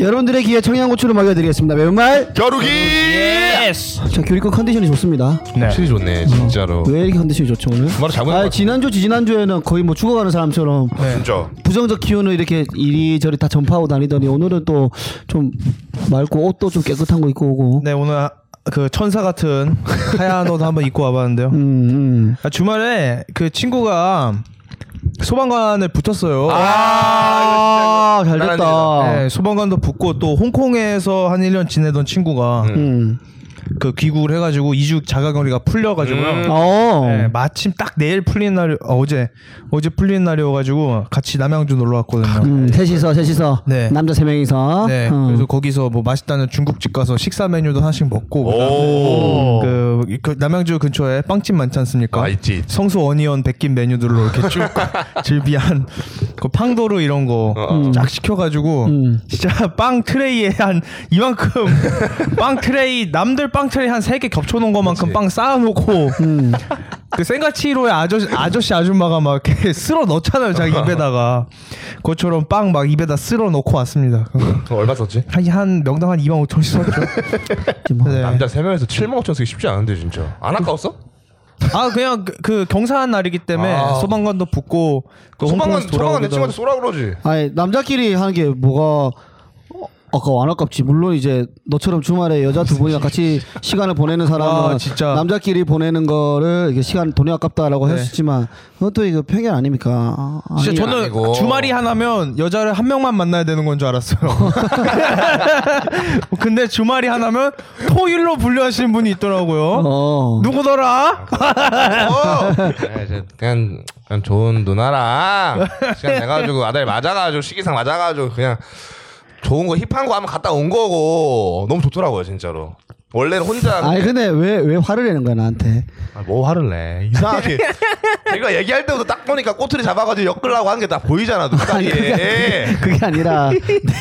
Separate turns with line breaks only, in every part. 여러분들의 귀에 청양고추를 먹여드리겠습니다. 매운말.
겨루기
예스.
자, 교리권 컨디션이 좋습니다.
네.
확실히 좋네 진짜로
왜 이렇게 컨디션이 좋죠 오늘?
바로 잡은 것
아,
같아.
지난주 지지난주에는 거의 뭐 죽어가는 사람처럼
진짜
부정적 기운을 이렇게 이리저리 다 전파하고 다니더니 오늘은 또 좀 맑고 옷도 좀 깨끗한 거 입고 오고.
네 오늘 아- 그 천사 같은 하얀 옷 한번 입고 와봤는데요.
음, 음.
아, 주말에 그 친구가 소방관에 붙었어요.
아, 잘 됐다.
네, 소방관도 붙고 또 홍콩에서 한 1년 지내던 친구가
음.
그 귀국을 해가지고 2주 자가격리가 풀려가지고요.
어.
네, 마침 딱 내일 풀리는 날 어, 어제 어제 풀리는 날이어가지고 같이 남양주 놀러 왔거든요.
음, 셋이서 셋이서
네.
남자 세 명이서
네,
어.
그래서 거기서 뭐 맛있다는 중국집 가서 식사 메뉴도 하나씩 먹고
오.
그, 그 남양주 근처에 빵집 많지 않습니까?
아, 있지, 있지.
성수 어니언 백김 메뉴들로 이렇게 쭉 즐비한 그 팡도르 이런 거 쫙 시켜가지고 진짜 빵 트레이에 한 이만큼 빵 트레이 남들 빵 트레이 한 세 개 겹쳐놓은 것만큼 빵 쌓아놓고 그 생가치로의 아저씨 아저씨 아줌마가 막 이렇게 쓸어 넣잖아요 자기 입에다가 그처럼 빵 막 입에다 쓸어 넣고 왔습니다.
그거 얼마 썼지?
한, 한 명당 한 2만 5천 원씩 썼죠. 네.
남자 3명에서 7만 5천 쓰기 쉽지 않은데 진짜 안 아까웠어?
아 그냥 그, 그 경사한 날이기 때문에
아.
소방관도 붙고 그
소방관
홍콩에서
소방관 내
돌아오기도
친구한테
하고.
쏘라 그러지
아니 남자끼리 하는 게 뭐가 어, 아까 안 아깝지 물론 이제 너처럼 주말에 여자 두 분이랑 같이 시간을 보내는 사람은
아, 진짜.
남자끼리 보내는 거를 이게 시간 돈이 아깝다라고
네.
할 수 있지만 그것도 이거 편견 아닙니까? 아, 아니,
진짜 저는
아니고.
주말이 하나면 여자를 한 명만 만나야 되는 건 줄 알았어요. 근데 주말이 하나면 토일로 분류하시는 분이 있더라고요.
어.
누구더라?
아, 이제 그냥 그냥 좋은 누나랑 시간 내가지고 아들 맞아가지고 시기상 맞아가지고 그냥 좋은 거 힙한 거 한번 갔다 온 거고 너무 좋더라고요 진짜로 원래는 혼자
아니 근데 왜 왜 화를 내는 거야 나한테?
아, 뭐 화를 내 이상하게 제가 얘기할 때부터 딱 보니까 꼬투리 잡아가지고 엮으려고 하는 게 다 보이잖아 예.
아니,
눈가에
그게 아니라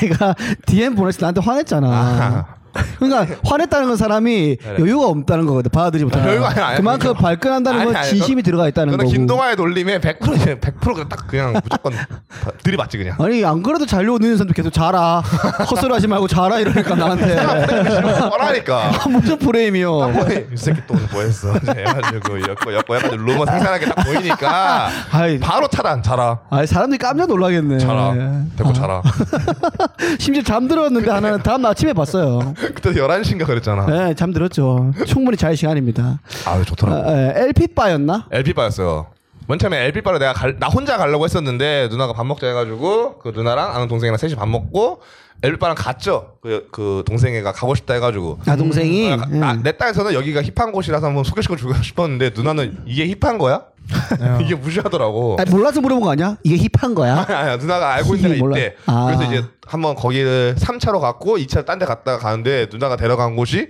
내가 DM 보냈을 때 나한테 화냈잖아. 그러니까 화냈다는 건 사람이 여유가 없다는 거거든 받아들이지 못하는
별거 아니야, 아니야.
그만큼 발끈한다는 건 진심이 들어가 있다는
그건
거고
김동아의 놀림에 100% 100%딱 그냥 무조건 바- 들이받지 그냥
아니 안 그래도 잘려고 늦는 사람도 계속 자라 헛소리 하지 말고 자라 이러니까 나한테 아,
뻔하니까
무슨 프레임이요
이 새끼 또 오늘 뭐했어 해가지고 엮고 엮고 해가지고 루머 생산하게 딱 보이니까
아이.
바로 차단 자라
아 사람들이 깜짝 놀라겠네 아.
자라 데리고 자라
심지어 잠들었는데 하나는 다음 날 아침에 봤어요
그때 11시인가 그랬잖아
네 잠들었죠 충분히 잘 시간입니다
아유
아,
좋더라고
에, LP 바였나?
LP바였어요 맨 처음에 LP바로 내가 갈- 나 혼자 가려고 했었는데 누나가 밥 먹자 해가지고 그 누나랑 아는 동생이랑 셋이 밥 먹고 LP바랑 갔죠 그, 그 동생애가 가고 싶다 해가지고
아 동생이
아, 나- 내 딸에서는 여기가 힙한 곳이라서 한번 소개시켜 주고 싶었는데 누나는 이게 힙한 거야? 이게 무시하더라고
아, 몰라서 물어본 거 어. 아니야? 이게 힙한 거야?
아니, 아니, 누나가 알고 있는 데가
몰라.
있대.
아.
그래서 이제 한번 거기를 3차로 갔고 2차로 딴 데 갔다가 가는데 누나가 데려간 곳이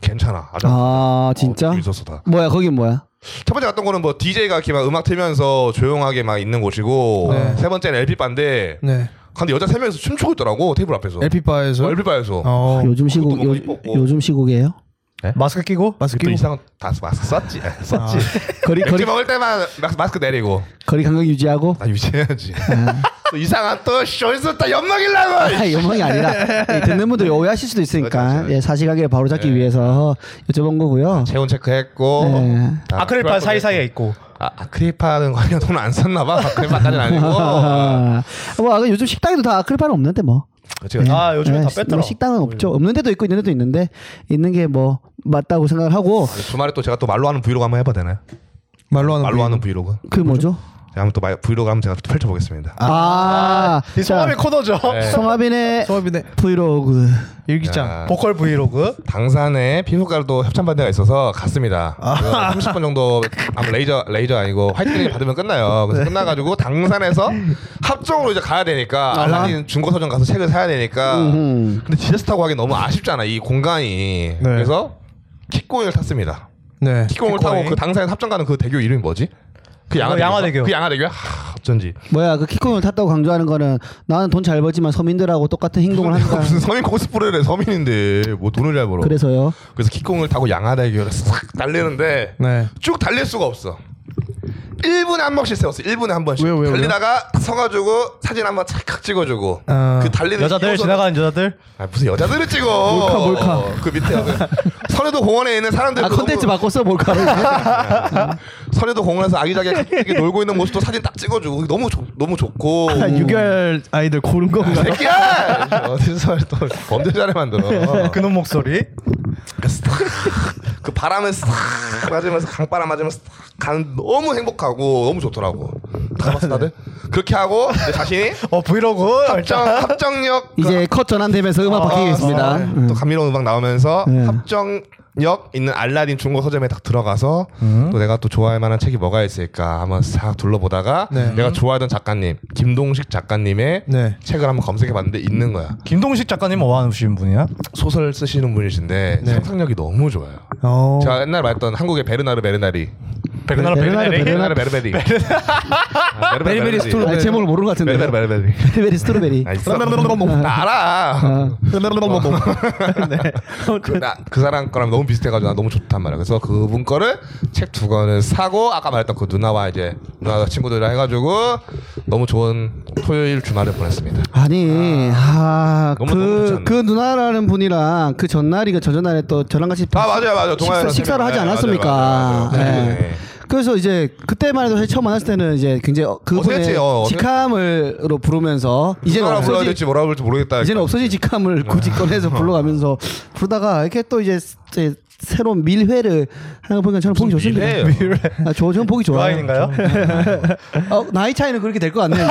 괜찮아. 아주
아 진짜?
어, 있었어다.
뭐야 거긴 뭐야?
첫 번째 갔던 거는 뭐 DJ가 이렇게 막 음악 틀면서 조용하게 막 있는 곳이고
네.
세 번째는 LP 바인데
네.
근데 여자 세 명이서 춤추고 있더라고 테이블 앞에서.
LP 바에서.
LP 바에서.
어.
요즘 시국
그것도
요,
너무 이뻤고.
요즘 시국이에요?
마스크 끼고? 마스크
또
끼고.
이상은 다 마스크 썼지. 썼지.
거리
맥주
거리
먹을 때만 마- 마스크 내리고
거리 간격 유지하고
나 유지해야지. 또 이상한 또 쇼에서 다 엿먹이려고.
아, 연봉이 아니라 이 듣는 분들이 오해하실 수도
맞아,
있으니까
맞아.
예, 사실관계를 바로 잡기 위해서 여쭤본 거고요.
체온 체크했고
네.
다
아크릴파
QR 코드
사이사이에 있고
아, 아크릴파는 관련 돈안 썼나 봐. 아크릴파까지는 아니고.
아, 뭐 아, 요즘 식당에도 다 아크릴파는 없는데 뭐.
그치, 그치.
아 요즘에
예,
다
시-
뺐더라
뭐 식당은 없죠. 없는 데도 있고 있는 데도 있는데 있는 게 뭐 맞다고 생각을 하고
주말에 또 제가 또 말로 하는 브이로그 한번 해봐도 되나요?
말로 하는.
말로
분.
하는 브이로그.
그 뭐죠?
제가 한번 또 마- 브이로그 한번 제가 또 펼쳐보겠습니다.
아,
이 소감이
자,
코너죠
송하빈의
소업이네.
네. 브이로그.
네. 일기장.
야.
보컬 브이로그
당산에 피부과로도 협찬 받은 데가 있어서 갔습니다. 그래서 30분 정도 아마 레이저 레이저 아니고 화이트닝 받으면 끝나요. 그래서 끝나가지고 당산에서 합정으로 이제 가야 되니까 알라딘 중고 서점 가서 책을 사야 되니까. 근데 지하철 타고 가기 너무 아쉽잖아 이 공간이. 그래서 킥공을 탔습니다.
네.
킥공을 타고 그 당산에 합정 가는 그 대교 이름이 뭐지? 그
어,
양화대교.
양화대교.
그 양화대교야? 하, 어쩐지.
뭐야 그 키콘을 탔다고 강조하는 거는 나는 돈 잘 벌지만 서민들하고 똑같은 행동을
내가
한다.
무슨 서민 코스프레를 해 서민인데 뭐 돈을 잘 벌어. 그래서,
그래서요.
킥공을 타고 양화대교를 싹 달리는데
네.
쭉 달릴 수가 없어. 1분에 한 번씩 세웠어. 1분에 한 번씩.
왜요, 왜요, 왜요? 아.
달리다가 서가지고 사진 한번 찰칵 찍어주고. 그 달리는
여자들
이호선-
지나가는 여자들
아, 무슨 여자들을 찍어. 몰카
몰카.
그 밑에 하면. 서래도 공원에 있는 사람들
아
그
컨텐츠
너무-
바꿨어 뭘까?
서래도 공원에서 아기자기하게 이렇게 놀고 있는 모습도 사진 딱 찍어주고 그게 너무 좋- 너무 좋고.
다 유결 아이들 고른 건가? 요
새끼야 어디서 또 범죄자를 만들어. 그,
그놈 목소리.
그 바람에 싹 맞으면서 강바람 맞으면서 싹 가는 너무 행복하고 너무 좋더라고. 다 봤어 다들? 그렇게 하고 내 자신이
어 브이로그.
합정 합정역 그
이제 컷 전환되면서 음악 바뀌겠습니다.
아,
음.
또 감미로운 음악 나오면서
네.
합정역 있는 알라딘 중고 서점에 딱 들어가서 또 내가 또 좋아할 만한 책이 뭐가 있을까 한번 싹 둘러보다가
네.
내가 좋아하던 작가님 김동식 작가님의
네.
책을 한번 검색해봤는데 있는 거야.
김동식 작가님은 뭐 하시는 분이야?
소설 쓰시는 분이신데
네.
상상력이 너무 좋아요.
어.
제가 옛날 말했던 한국의 베르나르 베르나리,
베르나르
베르나르 베르나르
베르나르 베르베리, 아, 베르베리
베리베리
베르베리.
스트로베리.
아, 제목을 모르는 것 같은데. 음,
베르베르 베르베리.
베리베리 스트로베리.
아, 있어. 나 알아. 그, 나, 그 사람 거랑 너무 비슷해가지고 나 너무 좋단 말이야. 그래서 그분 거를 책 두 권을 사고 아까 말했던 그 누나와 이제 누나 친구들이랑 해가지고 너무 좋은 토요일 주말을 보냈습니다.
아니, 아,
너무 너무 좋지
그,
않나?
그 누나라는 분이랑 그 전날이가 전전날에 또 저랑 같이
아 맞아요 맞아요. 네, 동아리
식사, 를 하지 않았습니까?
네,
예. 그래서 이제 그때만 해도 사실 처음 만났을 때는 이제 굉장히 어- 그분의
어색했지, 어, 어색-
직함을로 부르면서 이제는
뭐라 불러야
없어지
될지 뭐라 그럴지 모르겠다.
이제는 없어진 직함을 굳이 꺼내서 불러가면서 부르다가 이렇게 또 이제 스- 이제 새로운 밀회를 하는 거 보니까 저는 보기 좋습니다.
밀회예요?
아, 저 저는 보기 좋아요.
와인인가요?
어, 나이 차이는 그렇게 될 것 같네요.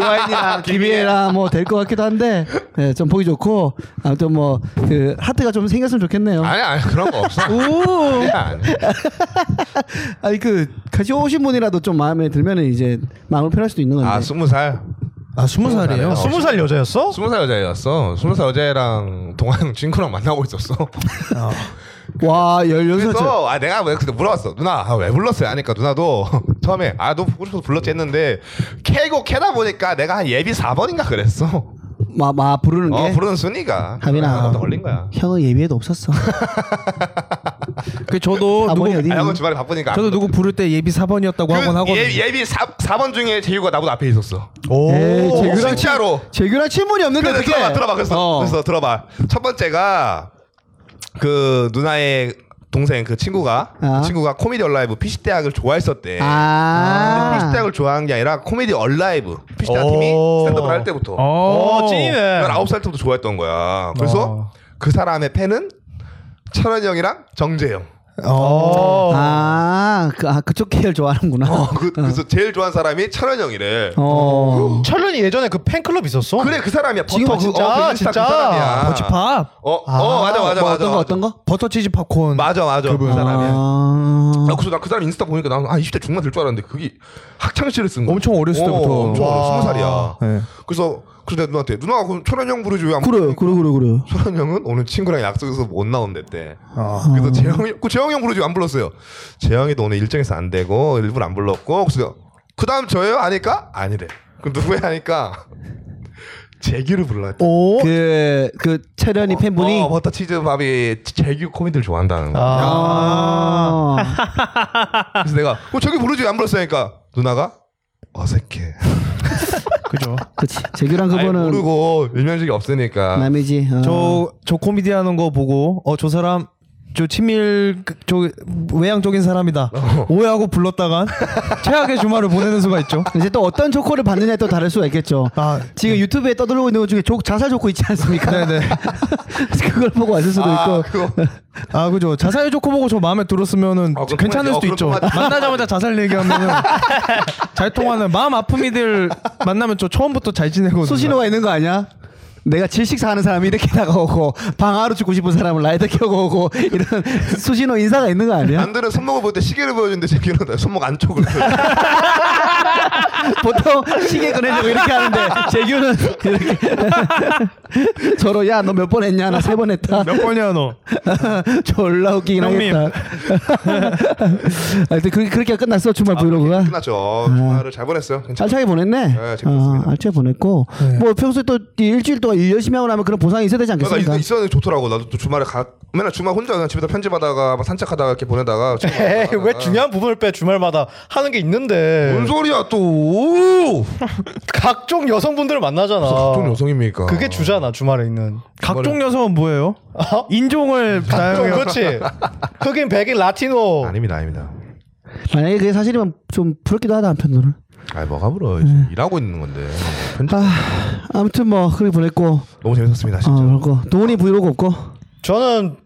요한이랑 김희애랑 뭐 될 것 같기도 한데, 예, 좀 보기 좋고, 아무튼 뭐, 그, 하트가 좀 생겼으면 좋겠네요.
아니 아니 그런 거 없어.
오!
아니야, 아니야.
아니, 그, 같이 오신 분이라도 좀 마음에 들면 은 이제 마음을 표현할 수도 있는 건데.
아 스무 살.
아 스무 살이에요.
어.
스무 살 여자였어?
스무 살 여자애였어. 스무 살 여자애랑 동아형 친구랑 만나고 있었어.
와, 16살.
그래서 아 내가 왜 그때 물어봤어. 누나 아, 왜 불렀어요? 하니까 누나도 처음에 아 너 보고 싶어서 불렀지 했는데 캐고 캐다 보니까 내가 한 예비 4번인가 그랬어.
마, 마, 부르는 게.
어 부르는 순위가
예? 하민아.
한번더 걸린 거야.
형은 예비에도 없었어.
그 저도
아버지
누구
어디
아,
있니?
형은 주말에 바쁘니까.
저도 누구 부를 때 예비 4번이었다고
그
하곤 하거든요.
예, 예비 4, 4번 중에 재규가 나보다 앞에 있었어.
오.
에이, 재규- 재규랑
진짜로.
재규랑 친분이 없는데
근데
어떻게
들어봐 들어봐 그래서
어.
그래서 들어봐 첫 번째가 그 누나의 동생 그 친구가
아.
그 친구가 코미디 얼라이브 피시 대학을 좋아했었대.
아.
피시 대학을 좋아한 게 아니라 코미디 얼라이브 피시 대학
오.
팀이 스탠드업을 할 때부터
어.
오, 어. 찐이네.
난 아홉 살 때부터 좋아했던 거야. 그래서
어.
그 사람의 팬은 철원 형이랑 정재 형.
어.
오.
아, 그, 아, 그쪽 계열 좋아하는구나.
어, 그, 그래서 제일 좋아하는 사람이 철원 형이래.
어.
철련이 예전에 그 팬클럽 있었어?
그래 그 사람이야. 버터
지금
그-
진짜,
어, 그 인스타
진짜.
그 사람이야.
버치팝
어, 어 맞아 맞아
뭐
맞아.
어떤 거, 어떤 거?
버터치즈 팝콘.
맞아 맞아 그 사람이야.
아.
아, 그래서 나 그 사람 인스타 보니까 나는 아 20대 중반 될 줄 알았는데 그게 학창 시절에 쓴 거.
엄청 어렸을 때부터.
엄청
와.
어렸어. 20살이야.
네.
그래서 그래서 내가 누나한테 누나 그럼 철현 형 부르지 왜안
그래,
부르니?
그래, 그래, 그래.
철현 형은 오늘 친구랑 약속해서 못 나온댔대.
아.
그래서 재영이 그 재영이 형 부르지 왜 안 불렀어요. 재영이도 오늘 일정에서 안 되고 일부러 안 불렀고 그래서 그다음 저예요 하니까 아니래. 그럼 누구야 하니까 재규를 불렀대.
오.
그, 그, 채련이 팬분이.
어, 버터 치즈 밥이 재규 코미디를 좋아한다는 거야.
아.
그래서 내가 어, 재규 부르지 왜 안 불렀으니까 누나가 어색해.
그죠.
그치. 재규랑
아예
그거는
모르고 일면식이 없으니까
남이지. 어.
저, 저 코미디 하는 거 보고, 어, 저 사람, 저 친밀, 그- 저 외향적인 사람이다. 오해하고 불렀다간 최악의 주말을 보내는 수가 있죠.
이제 또 어떤 조커를 받느냐에 또 다를 수가 있겠죠.
아.
지금 유튜브에 떠들고 있는 것 중에 조, 자살 조커 있지 않습니까? 네네. 그걸 보고 왔을 수도
아,
있고.
그거
아, 그죠. 자살 조커 보고 저 마음에 들었으면은
아, 그럼
괜찮을
뻔하지.
수도
어,
있죠.
그럼 뻔하지.
만나자마자 자살 얘기하면은 잘 통하는 마음 아픔이들 만나면 저 처음부터 잘 지내고.
소신호가 있는 거 아니야? 내가 질식사 하는 사람이 이렇게 다가오고 방아로 죽고 싶은 사람을 라이더 켜고 오고 이런 수신호 인사가 있는 거 아니야?
남들은 손목을 볼 때 시계를 보여주는데 재규는 손목 안쪽을 보여줘.
보통 시계 꺼내려고 이렇게 하는데 재규는 이렇게 저로 야 너 몇 번 했냐 나 세 번 했다
몇 번이야, 너?
졸라 웃기긴
형님.
하겠다 하여튼 그, 그렇게 끝났어 주말 브이로그가
아,
네.
끝났죠. 주말을 잘 보냈어요. 괜찮아.
알차게 보냈네
네, 재밌었습니다.
어, 알차게 보냈고 뭐 평소에 또이 일주일 동안 동안 일 열심히 하고 나면 그런 보상이 있어야 되지 않겠습니까?
그러니까 있어야 좋더라고. 나도 또 주말에 가 맨날 주말 혼자 그냥 집에다 편집하다가 막 산책하다가 이렇게 보내다가 친구
에이,
만나다가.
네. 왜 중요한 부분을 빼 주말마다 하는 게 있는데
뭔 소리야 또?
각종 여성분들을 만나잖아.
어떤 여성입니까?
그게 주잖아 주말에 있는.
각종 여성은 뭐예요?
어?
인종을
좀
다양하게
그렇지. 흑인, 백인, 라티노.
아닙니다, 아닙니다.
만약에 그게 사실이면 좀 부럽기도 하다 한편으로는.
아, 뭐가 불어? 이제 일하고 있는 건데. 편집
음. 아, 아무튼 뭐 그렇게 보냈고
너무 재밌었습니다,
어,
진짜.
그렇고
아.
동훈이 브이로그 없고
저는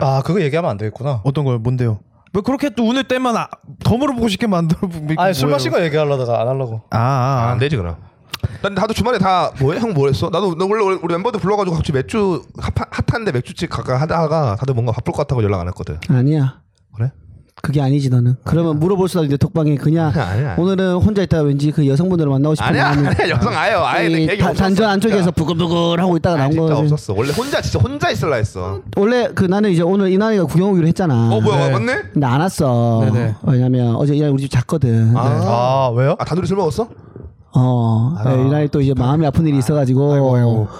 아 그거 얘기하면 안 되겠구나.
어떤 거요? 뭔데요? 왜 그렇게 또 운을 때만 아, 더 물어보고 싶게 만들어?
아니 술 마신 거 얘기하려다가 안 하려고.
아,
아,
아,
안 되지 그럼. 난 나도 주말에 다 뭐해? 형 뭐했어? 나도 나 원래 우리 멤버들 불러가지고 같이 맥주 핫하- 핫한데 맥주집 가까 하다가 다들 뭔가 바쁠 것 같다고 연락 안 했거든.
아니야.
그래?
그게 아니지 너는. 그러면 물어볼 수도 있는데 톡방에 그냥
아니야, 아니야.
오늘은 혼자 있다가 왠지 그 여성분들을 만나고 싶은
아니야,
마음이
아니야 여성 아예 아예 내
이
계획이
다-
없었어.
단전 안쪽에서 부글부글 하고 있다가 나온
진짜, 진짜
거지.
없었어. 원래 혼자 진짜 혼자 있을라 했어.
원래 그 나는 이제 오늘 이나이가 구경 오기로 했잖아.
어 뭐야
네.
맞네?
근데 안 왔어.
네네.
왜냐면 어제 이나이 우리 집 잤거든.
아,
아 왜요?
아 단둘이 술 먹었어?
어. 네, 이나이 또 이제 마음이 아픈 일이 있어가지고.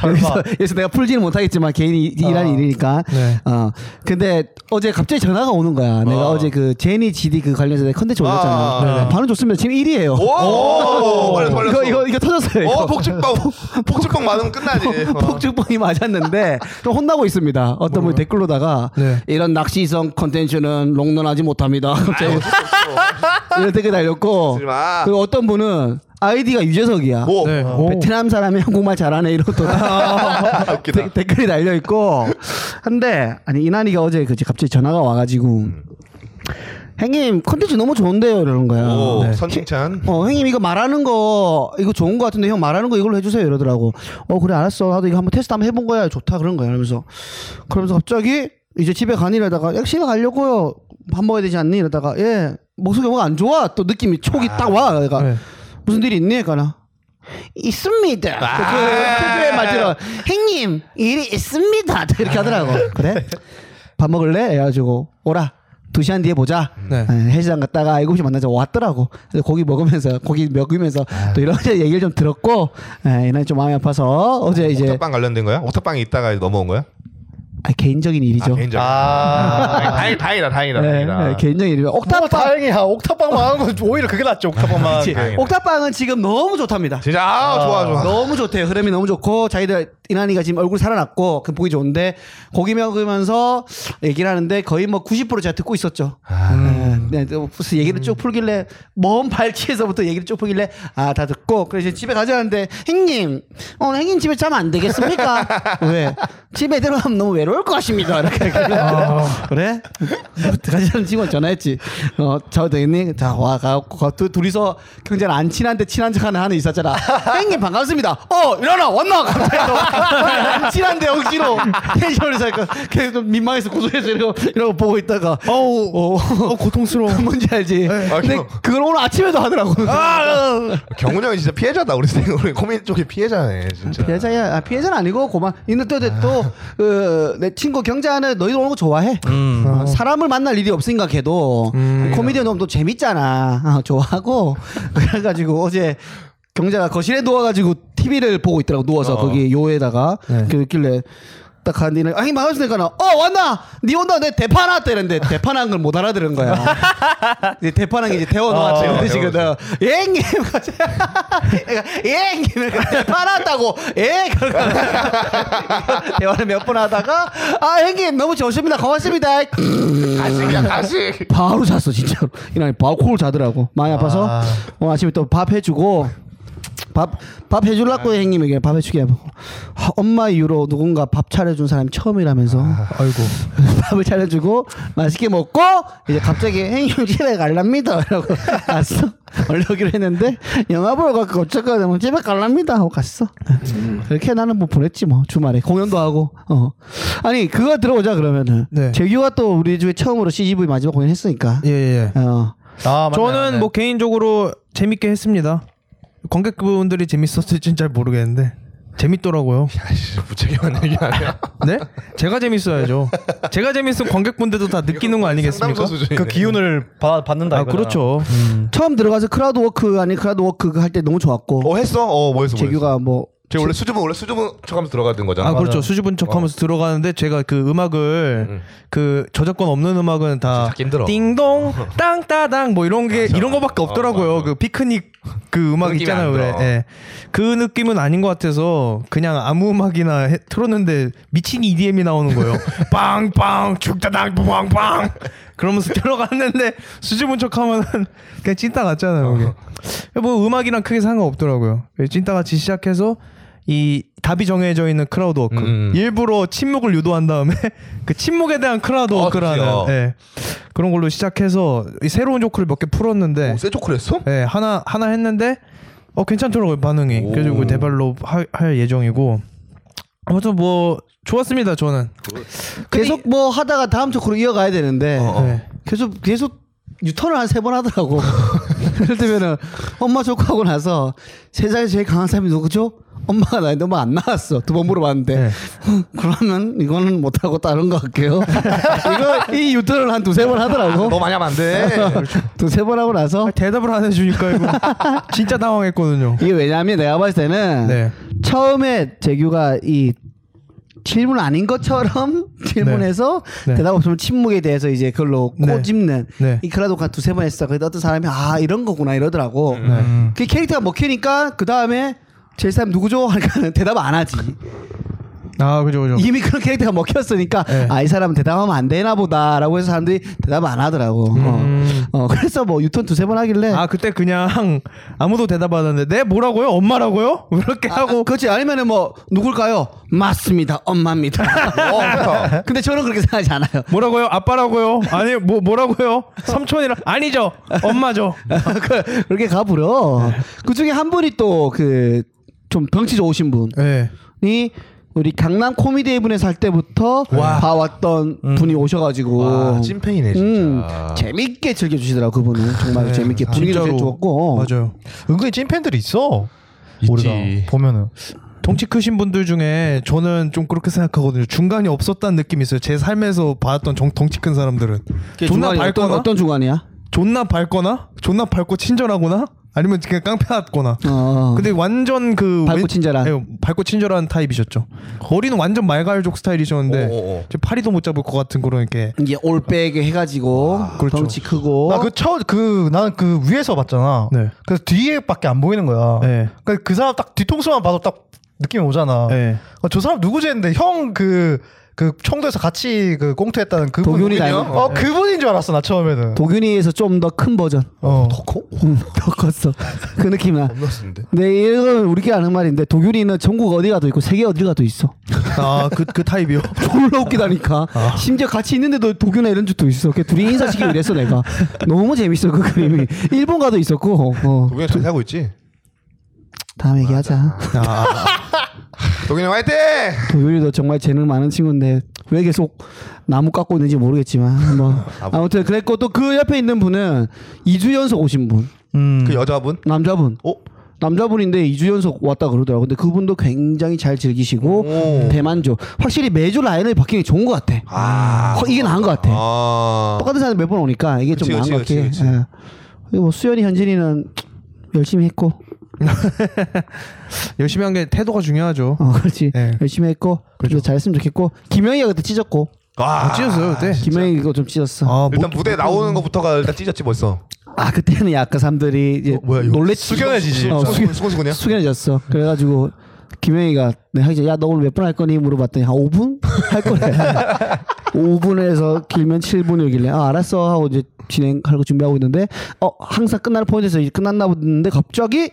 설마.
그래서, 그래서 내가 풀지는 못하겠지만 개인이 일할 일이니까.
네.
어. 근데 어제 갑자기 전화가 오는 거야. 내가 어제 그 제니 GD 그 관련해서 내가 컨텐츠 올렸잖아.
아,
네. 반응 좋습니다. 지금 1위에요.
오, 걸렸어 걸렸어.
이거 이거 이거 터졌어요. 뭐? 이거.
어 복죽방 복죽방 많으면 끝나지. 어.
폭죽봉이 맞았는데 좀 혼나고 있습니다. 어떤 분이 댓글로다가
네.
이런 낚시성 컨텐츠는 롱런하지 못합니다. 갑자기 이런 댓글 달렸고
쓰지 마.
그리고 어떤 분은 아이디가 유재석이야.
뭐
네.
어, 베트남 사람이 한국말 잘하네 이런 또
웃기다.
데- 댓글이 달려 있고 한데 아니 이난이가 어제 그 갑자기 전화가 와가지고
음.
형님 컨텐츠 너무 좋은데요 이러는 거야.
오,
네.
선칭찬.
어 형님 이거 말하는 거 이거 좋은 거 같은데 형 말하는 거 이걸로 해주세요 이러더라고 어 그래 알았어 나도 이거 한번 테스트 한번 해본 거야 좋다 그런 거야 이러면서 그러면서 갑자기 이제 집에 가니라다가 야 집에 가려고요 밥 먹어야 되지 않니 이러다가 예 목소리 뭐가 안 좋아 또 느낌이 촉이 딱 와 내가
네.
무슨 일이 있니 그러니까 가나 있습니다
아.
그그에 맞으러 형님 일이 있습니다 이렇게 하더라고 그래 밥 먹을래 해가지고 오라 두 시간 뒤에 보자
네.
예, 헬스장 갔다가 7시 만나자 왔더라고. 그래서 고기 먹으면서 고기 먹으면서
아.
또 이런 얘기를 좀 들었고 예, 이날 좀 마음이 아파서 어제 이제
오타빵 관련된 거야? 오타빵이 있다가 이제 넘어온 거야?
아, 개인적인 일이죠.
아, 개인적으로.
아.
다행, 다행이다, 다행이다,
예,
다행이다.
예, 개인적인 일이요.
뭐
옥탑방
다행이야. 옥탑방만 하는 건 오히려 그게 낫지. 옥탑방만.
그치?
다행이다.
옥탑방은 지금 너무 좋답니다.
진짜 아, 좋아 좋아.
너무 좋대요. 흐름이 너무 좋고 자기들 이난이가 지금 얼굴 살아났고 그 보기 좋은데 고기 먹으면서 얘기를 하는데 거의 뭐 90% 제가 듣고 있었죠. 네, 네, 무슨 얘기를 쭉 풀길래 먼 발치에서부터 얘기를 쭉 풀길래 아 다 듣고 그래서 이제 집에 가자는데 형님 오늘 형님 집에 자면 안 되겠습니까? 왜 집에 들어가면 너무 외로울 것 같습니다. 이렇게 얘기를
아.
그래? 가자는 친구 전화했지. 어저 대님 자와 가고 두 둘이서 굉장히 안 친한데 친한 척하는 하는 있었잖아. 형님 반갑습니다. 어 일어나 왔나 갑자기 안 친한데 억지로 텐션을 살까 계속 좀 민망해서 고소해서 이러고 이러고 보고 있다가
어우,
어.
어, 고통스러워. 네.
뭔지 알지?
아,
근데
그럼.
그걸 오늘 아침에도 하더라고.
경훈 형이 진짜 피해자다. 우리 생 우리 코민 쪽에 피해자네 진짜.
피해자야, 아, 피해자는 아니고 고마. 근데 그 또또내 친구 경자는 너희들 오는 거 좋아해.
음.
어, 사람을 만날 일이 없으니까 걔도 아, 코미디언 너무 또 재밌잖아. 아, 좋아하고 그래가지고 어제 경자가 거실에 누워가지고 TV를 보고 있더라고 누워서
어.
거기 요에다가
네.
그 있길래. 딱 가는데 아니 반갑습니까? 어 왔나? 니 온다. 내 대파 나왔다 이랬는데 대파 난 걸 못 알아들은 거야. 이제 대파랑 이제 데워 놓았지
어,
그 뜻이거든.
데워놓지.
예님 그러니까 예님 빨았다고 예 그러고 대화를 몇 번 하다가 아 형님 너무 좋습니다 고맙습니다
가식이야 가식.
바로 잤어 진짜로 이날 바로 콜 자더라고 많이 아파서 오늘 아침에 또 밥 해주고 밥 밥
아.
해줄라고 형님에게 밥 해주게 하고 하, 엄마 이후로 누군가 밥 차려준 사람이 처음이라면서
아이고.
밥을 차려주고 맛있게 먹고 이제 갑자기 형님 집에 갈랍니다 이러고 갔어 원래 오기로 했는데 영화 보러 가고 어쩌고 하면 집에 갈랍니다 하고 갔어
음.
그렇게 나는 뭐 보냈지 뭐 주말에 공연도 하고 어 아니 그거 들어오자 그러면은
네.
재규가 또 우리 중에 처음으로 CGV 마지막 공연 했으니까
예, 예.
어
아, 맞네,
저는
맞네.
뭐 개인적으로 재밌게 했습니다. 관객분들이 재밌었을진 잘 모르겠는데 재밌더라고요.
아이씨 무책임한 얘기 아니야.
네? 제가 재밌어야죠. 제가 재밌으면 관객분들도 다 느끼는 거 아니겠습니까?
상담소 수준이네.
그 기운을 받, 받는다
아
이거잖아.
그렇죠.
처음 들어가서 크라우드 워크 아니 크라우드 워크 할 때 너무 좋았고
어 했어? 어뭐 했어? 뭐
재규가 뭐
제가 원래 수줍은 원래 수줍은 척하면서 들어가던 거잖아.
아 그렇죠 수줍은 척하면서 들어가는데 제가 그 음악을 그 저작권 없는 음악은 다
찾기 힘들어.
띵동 땅따당 뭐 이런 게 이런 거밖에 없더라고요 그 피크닉 그 음악
느낌이
있잖아요
안
왜.
들어.
예. 그 느낌은 아닌 것 같아서 그냥 아무 음악이나 해- 틀었는데 미친 EDM이 나오는 거예요 빵빵 죽다당 빵빵 그러면서 들어갔는데 수줍은 척하면은 그냥 찐따 같잖아요 그게.
어.
뭐 음악이랑 크게 상관없더라고요. 예, 찐따같이 시작해서 이 답이 정해져 있는 크라우드 워크
음.
일부러 침묵을 유도한 다음에 그 침묵에 대한 크라우드
어,
워크라는
그치요.
예. 그런 걸로 시작해서 이 새로운 조크를 몇 개 풀었는데
새 초콜릿 했어?
예, 하나 하나 했는데 어 괜찮더라고요 반응이
오.
그래서 대발로 하- 할 예정이고 아무튼 뭐 좋았습니다 저는
계속 뭐 하다가 다음 쪽으로 이어가야 되는데
예.
계속 계속 유턴을 한 세 번 하더라고. 예를 들면은 엄마 조카하고 나서 세상에 제일 강한 사람이 누구죠? 엄마가 나인데 엄마 안 나왔어. 두 번 물어봤는데
네.
그러면 이거는 못하고 다른 거 할게요. 이거 이 유턴을 한 두세 번 하더라고.
너 많이 하면 안
네.
돼. 어,
두세 번 하고 나서
아, 대답을 안 해주니까 이거 진짜 당황했거든요.
이게 왜냐하면 내가 봤을 때는
네.
처음에 재규가 이 질문 아닌 것처럼 질문해서
네.
대답 없으면 침묵에 대해서 이제 그걸로
네.
꼬집는
네.
이 크라도가 두세 번 했어. 그래도 어떤 사람이 아 이런 거구나 이러더라고.
음. 네.
그 캐릭터가 먹히니까 그 다음에 제일 사람 누구죠? 하니까는 대답 안 하지.
아 그죠 그죠.
이미 그런 캐릭터가 먹혔으니까
네.
아 이 사람은 대답하면 안 되나 보다라고 해서 사람들이 대답 안 하더라고. 어.
음.
어, 그래서 뭐 유턴 두세 번 하길래
아 그때 그냥 아무도 대답 안 하는데 네 뭐라고요 엄마라고요 이렇게 하고
그렇지 아니면은 뭐 누굴까요? 맞습니다 엄마입니다.
어, 좋다.
근데 저는 그렇게 생각하지 않아요.
뭐라고요 아빠라고요 아니 뭐 뭐라고요 삼촌이라 아니죠 엄마죠
그- 그렇게 가부려. 그 중에 한 분이 또 그 좀 덩치 좋으신
네.
분이 우리 강남 코미디에 분에서 할 때부터 봐왔던 분이 오셔가지고 음,
와, 찐팬이네, 진짜.
재밌게 즐겨주시더라고 그분은 정말 재밌게
네. 진짜로.
즐겨주셨고
맞아요
은근히 찐팬들이 있어.
있지.
우리가 보면은
덩치 크신 분들 중에 저는 좀 그렇게 생각하거든요 중간이 없었다는 느낌이 있어요 제 삶에서 봤던 정, 덩치 큰 사람들은 존나
중간이 어떤,
밝거나
어떤 중간이야?
존나 밝거나 존나 밝고 친절하거나 아니면 그냥 깡패 같거나
어.
근데 완전 그
밝고
왼-
친절한.
예, 밝고 친절한 타입이셨죠. 머리는 완전 말갈족 스타일이셨는데
오, 오, 오.
제 파리도 못 잡을 것 같은 그런 이렇게
이게 올백에 해가지고 덩치 크고
아, 나그처그 나는 그 위에서 봤잖아.
어? 네.
그래서 뒤에밖에 안 보이는 거야.
네.
그러니까 그 사람 딱 뒤통수만 봐도 딱 느낌이 오잖아.
네.
어, 저 사람 누구지 했는데 형 그 그 청도에서 같이 그 꽁트했다는 그분
도균이
누구냐?
닮은
어
네.
그분인 줄 알았어 나 처음에는
도균이에서 좀 더 큰 버전
어.
더 커? 음, 더 컸어 그 느낌이야
겁나 쓴데.
네 이건 우리끼리 아는 말인데 도균이는 전국 어디 가도 있고 세계 어디 가도 있어
아그 그 타입이요.
졸라 웃기다니까 심지어 같이 있는데도 도균아 이런 적도 있어 그 둘이 인사시키고 이랬어 내가 너무 재밌어 그 그림이 일본 가도 있었고 어.
도균이 잘 살고 있지.
다음 얘기하자
도균이 형 화이팅!
도균이도 정말 재능 많은 친구인데 왜 계속 나무 깎고 있는지 모르겠지만 뭐 아무튼 그랬고 또 그 옆에 있는 분은 2주 연속 오신 분
음.
그 여자분.
남자분
어?
남자분인데 2주 연속 왔다 그러더라고. 근데 그분도 굉장히 잘 즐기시고 대만족. 확실히 매주 라인을 바뀌는 게 좋은 것 같아.
아.
거- 이게 나은 것 같아.
아.
똑같은 사람 몇 번 오니까 이게 좀
그치,
나은 것
그치,
같아.
그치,
예. 그리고 뭐 수현이 현진이는 열심히 했고,
열심히 한 게 태도가 중요하죠.
어 그렇지
네.
예.
열심히 했고,
그렇죠.
그래도 잘했으면 좋겠고. 김영희가 그때 찢었고,
와.
아, 찢었어요 그때.
네,
김영희 이거 좀 찢었어.
아
일단 무대
뭐
나오는 것부터가 일단 찢었지 벌써.
아 그때는 약간 사람들이 이제 놀랬지.
어, 숙연해지지.
어, 숙연-
수건수건이야.
숙연해졌어. 그래가지고 김영희가 내 하기 야너 오늘 몇 분 할 거니 물어봤더니 한 5분 할 거래. 5분에서 길면 7분이길래 아 알았어 하고 이제 진행하고 준비하고 있는데 어 항상 끝날 포인트에서 이제 끝났나 보는데 갑자기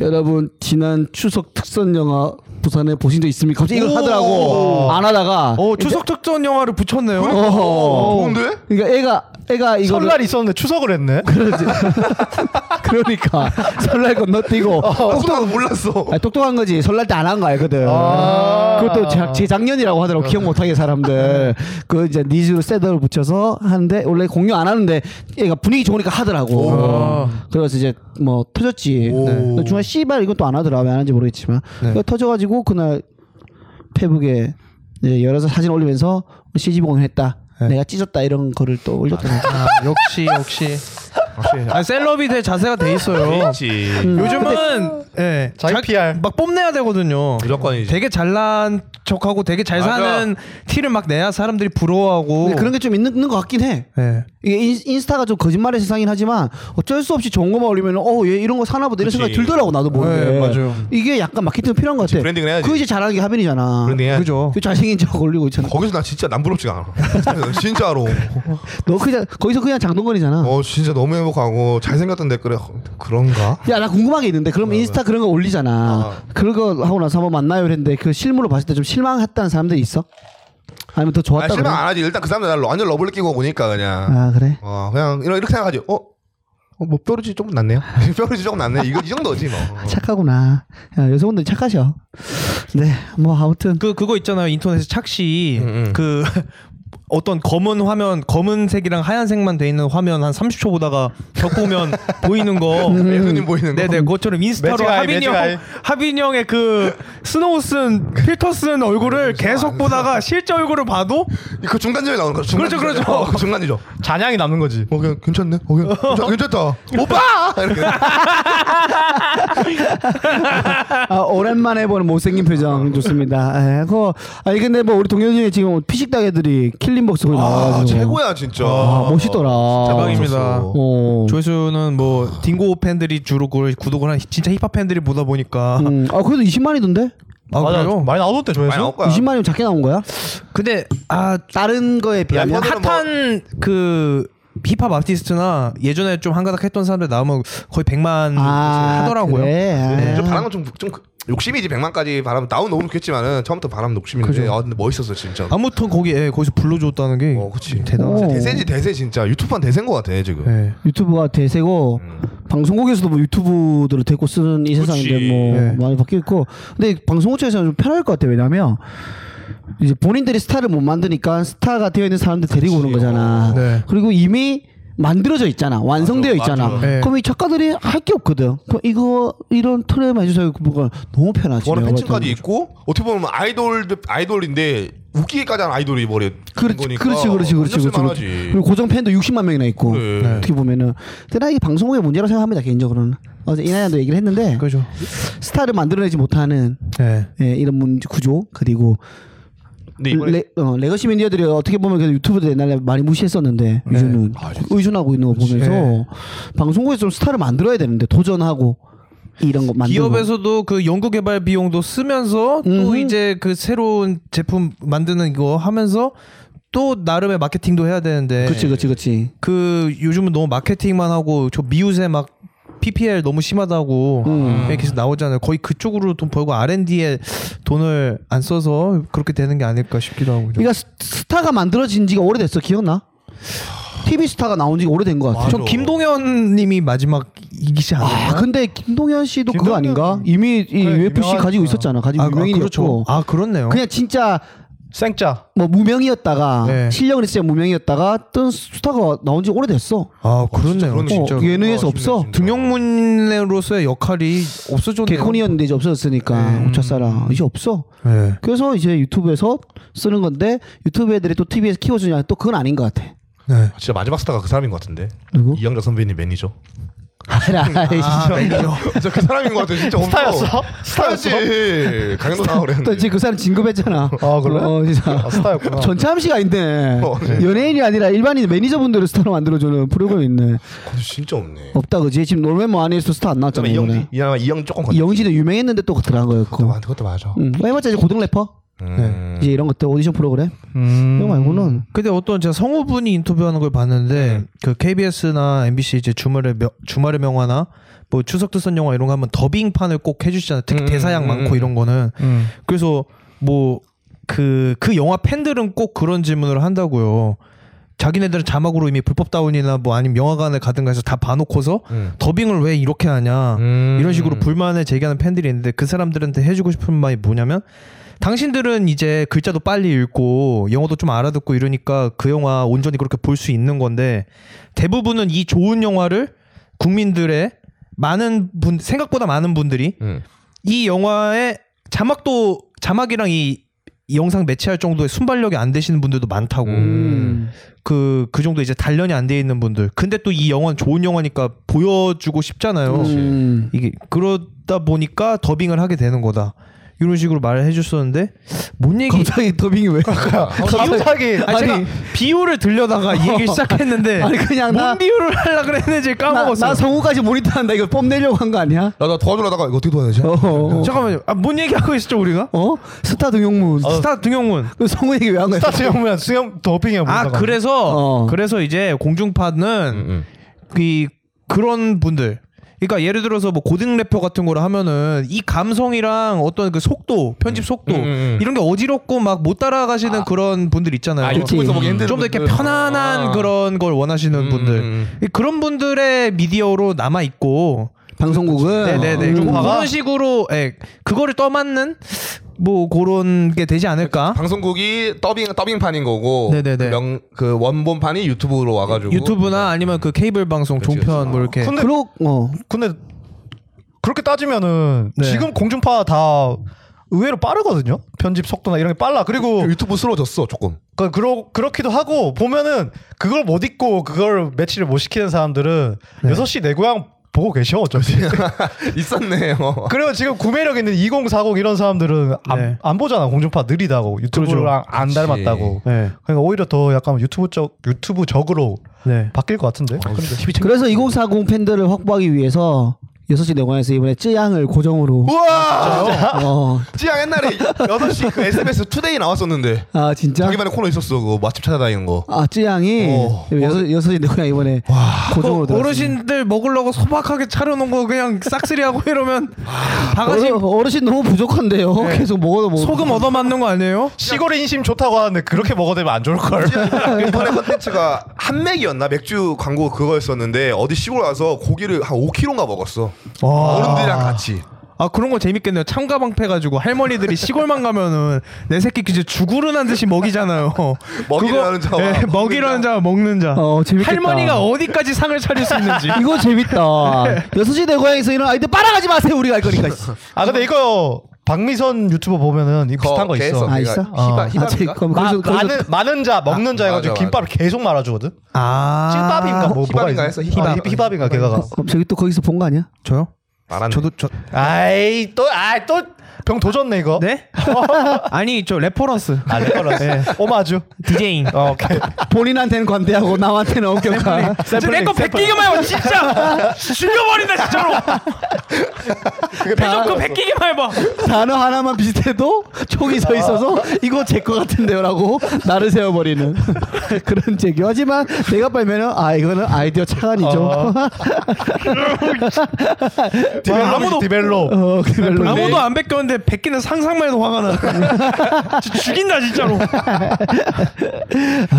여러분 지난 추석 특선 영화 부산에 보신 적 있습니까? 갑자기 이걸 하더라고 안 하다가
어 추석 특전 영화를 붙였네요.
어.
좋은데?
그러니까 애가 애가 이거
설날 있었는데 추석을 했네.
그러지 그러니까 설날 건너뛰고
아, 나도 몰랐어.
아니, 똑똑한 거지. 설날 때 안 한 거 알거든. 그것도 제- 재작년이라고 하더라고. 기억 못하게 사람들. 그 이제 니즈로 셋업을 붙여서 하는데 원래 공유 안 하는데 얘가 분위기 좋으니까 하더라고. 그래서 이제 뭐 터졌지. 네. 중간 씨발 이건 또 안 하더라. 왜 안 하는지 모르겠지만 그거 터져가지고 그날 페북에 이제 여러 사진 올리면서 CG 보곤 했다. 내가 찢었다 이런 거를 또 올렸더라고.
아, 역시 역시 아, 셀럽이 될 자세가 돼 있어요.
음.
그렇지.
요즘은 예,
자기
자-
PR.
막 뽐내야 되거든요.
무조건이지.
되게 잘난 척하고 되게 잘
맞아.
사는 티를 막 내야 사람들이 부러워하고
근데 그런 게 좀 있는, 있는 것 같긴 해.
예.
이게 인- 인스타가 좀 거짓말의 세상이긴 하지만 어쩔 수 없이 좋은 거만 올리면 어얘 이런 거 사나 보다 이런
그치.
생각이 들더라고 나도 모르게
네, 맞아요.
이게 약간 마케팅 필요한 것 같아
브랜딩을 해야지.
그 이제 잘하는 게 하빈이잖아
브랜딩 해야지.
그죠 그 잘생긴 척 올리고 있잖아
거기서 나 진짜 남부럽지가 않아. 진짜로.
너 그냥 거기서 그냥 장동건이잖아
어 진짜 너무 행복하고 잘생겼던 댓글에 그런가?
야 나 궁금한 게 있는데 그럼
어.
인스타 그런 거 올리잖아 그런 거 하고 나서 한번 만나요 그랬는데 그 실물로 봤을 때 좀 실망했다는 사람들이 있어? 아니면 더
아
좋았다
실망
그래?
안 하지. 일단 그 사람들 날 완전 러블 끼고 오니까 그냥.
아 그래?
어 그냥 이런 이렇게 생각하지. 어? 어, 뭐 뾰루지 조금 낫네요. 뾰루지 조금 낫네. 이거 이 정도지 뭐.
착하구나 야, 여성분들 착하셔 네 뭐 아무튼
그 그거 있잖아요 인터넷에 착시
음,
그 어떤 검은 화면 검은색이랑 하얀색만 돼 있는 화면 한 30초 보다가 겪으면 보이는 거
음.
예수님 보이는 거.
음. 네네 그것처럼 인스타로
매직아이,
하빈이
매직아이.
형 하빈이 형의 그 스노우 쓴 필터 쓴 얼굴을 계속 보다가 실제 얼굴을 봐도
그 중간점이 나오는 거죠.
그렇죠, 그렇죠.
어, 그 중간이죠.
잔향이 남는 거지.
어 그냥 괜찮네. 어 그냥 괜찮, 괜찮다. 오빠. 이렇게.
아, 오랜만에 보는 못생긴 표정 좋습니다. 예, 그거 아니 근데 뭐 우리 동료 중에 지금 피식당 애들이 킬링복스 거기
아
나와가지고
최고야 진짜. 아,
아, 멋있더라.
대박입니다.
어.
조회수는 뭐 딩고 팬들이 주로 그걸 구독을 한 진짜 힙합 팬들이 보다 보니까
음, 아 그래도 20만이던데?
아 그래요?
많이 나오던데
많이 나올
조회수.
거야.
20만이면 작게 나온 거야?
근데 아
다른 거에 비하면
래퍼들-
뭐
오늘은
핫한 그 힙합 아티스트나 예전에 좀 한가닥 했던 사람들 나오면 거의 100만 하더라고요.
아, 그래? 아.
네.
좀 네. 바람은 좀, 좀 그- 욕심이지 100만까지 바람 다운 너무 좋겠지만은 처음부터 바람 욕심인데 아 근데 멋있었어 진짜.
아무튼 거기 예, 거기서 불러줬다는 게
어 그치.
대단하죠.
오.
대세지 대세 진짜 유튜브판 대세인 것 같아 지금.
예.
유튜브가 대세고
음.
방송국에서도 뭐 유튜브들을 데리고 쓰는 이 세상인데 뭐
예.
네.
많이 바뀌었고 근데 방송국 측에서는 좀 편할 것 같아요 왜냐면 이제 본인들이 스타를 못 만드니까 스타가 되어 있는 사람들 데리고 오는 거잖아
어. 네.
그리고 이미 만들어져 있잖아 완성되어
맞아,
있잖아
맞아. 예.
네.
그럼 이 작가들이 할 게 없거든 그럼 이거 이런 틀에만 해주세요 뭔가 너무 편하지
저는
내가
팬층까지
봤을 때는.
있고 어떻게 보면 아이돌 아이돌인데 웃기기까지 하는 아이돌이 머리에
그렇지,
거니까
그렇지, 그렇지, 그렇지, 그렇지,
만하
그렇지.
지
그리고 고정 팬도 60만 명이나 있고
그래. 네.
어떻게 보면은 근데 나 이게 방송국의 문제라고 생각합니다 개인적으로는 어제 이나야도 얘기를 했는데
그죠.
스타를 만들어내지 못하는
예.
예, 이런 문제 구조 그리고
근데 네, 이번에
레, 어, 레거시 미디어들이 어떻게 보면 그래도 유튜브도 옛날에 많이 무시했었는데 요즘은
아,
의존하고 있는 거 보면서
네.
방송국에서 좀 스타를 만들어야 되는데 도전하고 이런 거 만들고
기업에서도 그 연구 개발 비용도 쓰면서 또
음흠.
이제 그 새로운 제품 만드는 이거 하면서 또 나름의 마케팅도 해야 되는데
그치 그치 그치
그 요즘은 너무 마케팅만 하고 저 미우새 막 PPL 너무 심하다고
음.
이렇게 계속 나오잖아요. 거의 그쪽으로 돈 벌고 R&D에 돈을 안 써서 그렇게 되는 게 아닐까 싶기도 하고.
그러니까 스- 스타가 만들어진 지가 오래됐어 기억나? TV 스타가 나온 지가 오래된 것 같아
전 김동현님이 마지막 이기지 않았나?
아 근데 김동현 씨도 그거
김동현-
아닌가? 이미 이
그래,
UFC 가지고
유명하니까.
있었잖아 가지고
아,
유명인이었고
그렇죠. 아 그렇네요.
그냥 진짜
생짜.
뭐 무명이었다가
네.
실력은 진짜 무명이었다가 뜬 스타가 나온 지 오래됐어
아 그렇네요.
그런
진짜.
어, 예능에서 없어?
등용문으로서의 역할이 없어졌네요.
개콘이었는데 이제 없어졌으니까 우차사라 이제 없어
네.
그래서 이제 유튜브에서 쓰는 건데 유튜브 애들이 또 TV에서 키워주냐 또 그건 아닌 것 같아
네.
진짜 마지막 스타가 그 사람인 것 같은데
누구?
이영자 선배님 매니저
아,
네.
진짜 그 사람인 것 같아 진짜 없어.
스타였어?
스타였지 강도 나오고
또
그랬는데
지금 그 사람 진급했잖아
아, 그래?
어, 진짜.
아, 스타였구나.
전참 씨가 있네
어, 네.
연예인이 아니라 일반인 매니저분들을 스타로 만들어주는 프로그램이 있네
근데 진짜 없네
없다 그지 지금 노르웨모 안에서 스타 안 나왔잖아
그다음에 이영지
이번에
이나마 이영 조금 건
이영진도 유명했는데 또 들어간 거였고
그것도 맞아
응. 해봤자 이제 고등 래퍼
음.
이제 이런 것들 오디션 프로그램
음.
이거 말고는
근데 어떤 제가 성우분이 인터뷰하는 걸 봤는데 그 KBS나 MBC 이제 주말에 명, 주말의 명화나 뭐 추석 특선 영화 이런 거 하면 더빙판을 꼭 해주시잖아요. 특히
음,
대사양
음,
많고
음.
이런 거는
음.
그래서 뭐 그, 그 영화 팬들은 꼭 그런 질문을 한다고요. 자기네들은 자막으로 이미 불법 다운이나 뭐 아니면 영화관에 가든가 해서 다 봐놓고서
음.
더빙을 왜 이렇게 하냐
음.
이런 식으로 불만을 제기하는 팬들이 있는데 그 사람들한테 해주고 싶은 말이 뭐냐면 당신들은 이제 글자도 빨리 읽고 영어도 좀 알아듣고 이러니까 그 영화 온전히 그렇게 볼 수 있는 건데 대부분은 이 좋은 영화를 국민들의 많은 분 생각보다 많은 분들이
음.
이 영화의 자막도 자막이랑 이 이 영상 매치할 정도의 순발력이 안 되시는 분들도 많다고
음.
그 그 정도 이제 단련이 안 돼 있는 분들 근데 또 이 영화는 좋은 영화니까 보여주고 싶잖아요
음.
이게 그러다 보니까 더빙을 하게 되는 거다 이런 식으로 말을 해줬었는데 뭔 얘기
갑자기 더빙이 왜?
갑자기
아니, 제가 비유를 들려다가 이 얘기를 시작했는데
아니, 그냥 나-
뭔 비유를 하려 그랬는지
나,
까먹었어요
나 성우까지 모니터한다 이거 뽐내려고 한 거 아니야?
나나 도와주려다가 이거 어떻게 도와야 되지?
어, 어,
잠깐만요 아, 뭔 얘기하고 있었죠 우리가?
어? 스타 등용문.
스타 등용문
그 성우 얘기 왜
음.
한 거야?
스타 수영면 수영 더빙이야
아
뭔가가.
그래서
어.
그래서 이제 공중파는
음,
이 그런 분들 그러니까 예를 들어서 뭐 고등 래퍼 같은 거를 하면은 이 감성이랑 어떤 그 속도 편집 속도
음, 음.
이런 게 어지럽고 막 못 따라가시는 그런 분들 있잖아요.
아,
그치.
유튜브에서 보기 힘든
좀 더 이렇게
분들.
편안한
아.
그런 걸 원하시는
음,
분들
음,
이 그런 분들의 미디어로 남아 있고
방송국은
네네네 좀
공중파가?
그런 식으로 예 그거를 떠맞는 뭐 그런 게 되지 않을까
방송국이 더빙 더빙판인 거고
네네네.
명그 원본판이 유튜브로 와가지고
유튜브나 아니면 그 케이블 방송
그렇죠. 그치, 그치.
종편 뭐 이렇게
근데
그러 어.
근데 그렇게 따지면은
네.
지금 공중파 다 의외로 빠르거든요. 편집 속도나 이런 게 빨라. 그리고
유튜브 스러졌어 조금.
그 그러, 그렇기도 하고 보면은 그걸 못 잊고 그걸 매치를 못 시키는 사람들은
네.
6시 내 고향 보고 계셔 어차피.
있었네. 어.
그리고 지금 구매력 있는 2040 이런 사람들은 안,
네.
안 보잖아. 공중파 느리다고 유튜브랑 안
그렇죠. 그렇지.
닮았다고.
네.
그러니까 오히려 더 약간 유튜브적 유튜브적으로
네.
바뀔 것
어,
같은데.
그래서 2040 팬들을 확보하기 위해서 6시 내관에서 이번에 쯔양을 고정으로
우와.
어.
지양 옛날에 8시 그 SBS 투데이 나왔었는데
아 진짜?
자기만의 코너 있었어. 그거 맛집 찾아다니는 거.
아 쯔양이
어.
여섯 여섯 시 내가 이번에 고정으로
어,
들어.
어르신들 먹으려고 소박하게 차려놓은 거 그냥 싹쓸이하고 이러면 바가지
어르신 너무 부족한데요. 계속 먹어도 먹어.
소금 얻어맞는 거 아니에요?
시골의 인심 좋다고 하는데 그렇게 먹어대면 안 좋을 걸.
아, 네.
그 이번에 컨텐츠가 한맥이었나 맥주 광고 그거였었는데 어디 시골 와서 고기를 한 5kg인가 먹었어. 어른들이랑 같이.
아 그런 거 재밌겠네요. 참가방 패가지고 할머니들이 시골만 가면은 내 새끼 그저 죽으르난 듯이 먹이잖아요.
먹이라는 자와
예,
먹는
먹이라는
자.
자와 먹는 자.
어, 재밌겠다.
할머니가 어디까지 상을 차릴 수 있는지.
이거 재밌다. 여섯 시 내고향에서 이런 아이들 빨아가지 마세요. 우리가 할 거니까. 씨.
아 근데 이거 박미선 유튜버 보면은 이 비슷한 거 있어.
아, 있어?
히바
아, 제,
히바인가?
그럼
마,
거기서 거기서
많은 많은 자 먹는 자 해가지고
아, 맞아,
김밥을 계속 말아주거든.
아
찐밥인가 뭐 뭐가
히밥인가 했어,
있어?
히밥.
아, 히- 히밥인가 걔가.
어, 저기 또 거기서 본 거 아니야?
저요?
말안
저도 저
아이 또아또병 도졌네 이거.
네? 아니 저 레퍼런스.
아 레퍼런스. 오마주.
디제잉. 아,
어, 오케이.
본인한테는 관대하고 남한테는 엄격한.
내거 베끼기만 해봐 진짜 죽여버린다 진짜로 배좀 그 베끼기만 해봐
단어 하나만 비슷해도 총이 서 있어서 이거 제 거 같은데요라고 나를 세워버리는 그런 제기. 하지만 내가 빨면은 아 이거는 아이디어 창안이죠.
어.
아무도-
디벨롭 디벨롭.
어, 그 별로.
아무도 안 베꼈는데 베끼는 상상만 해도 화가 나 진짜 죽인다 진짜로
아,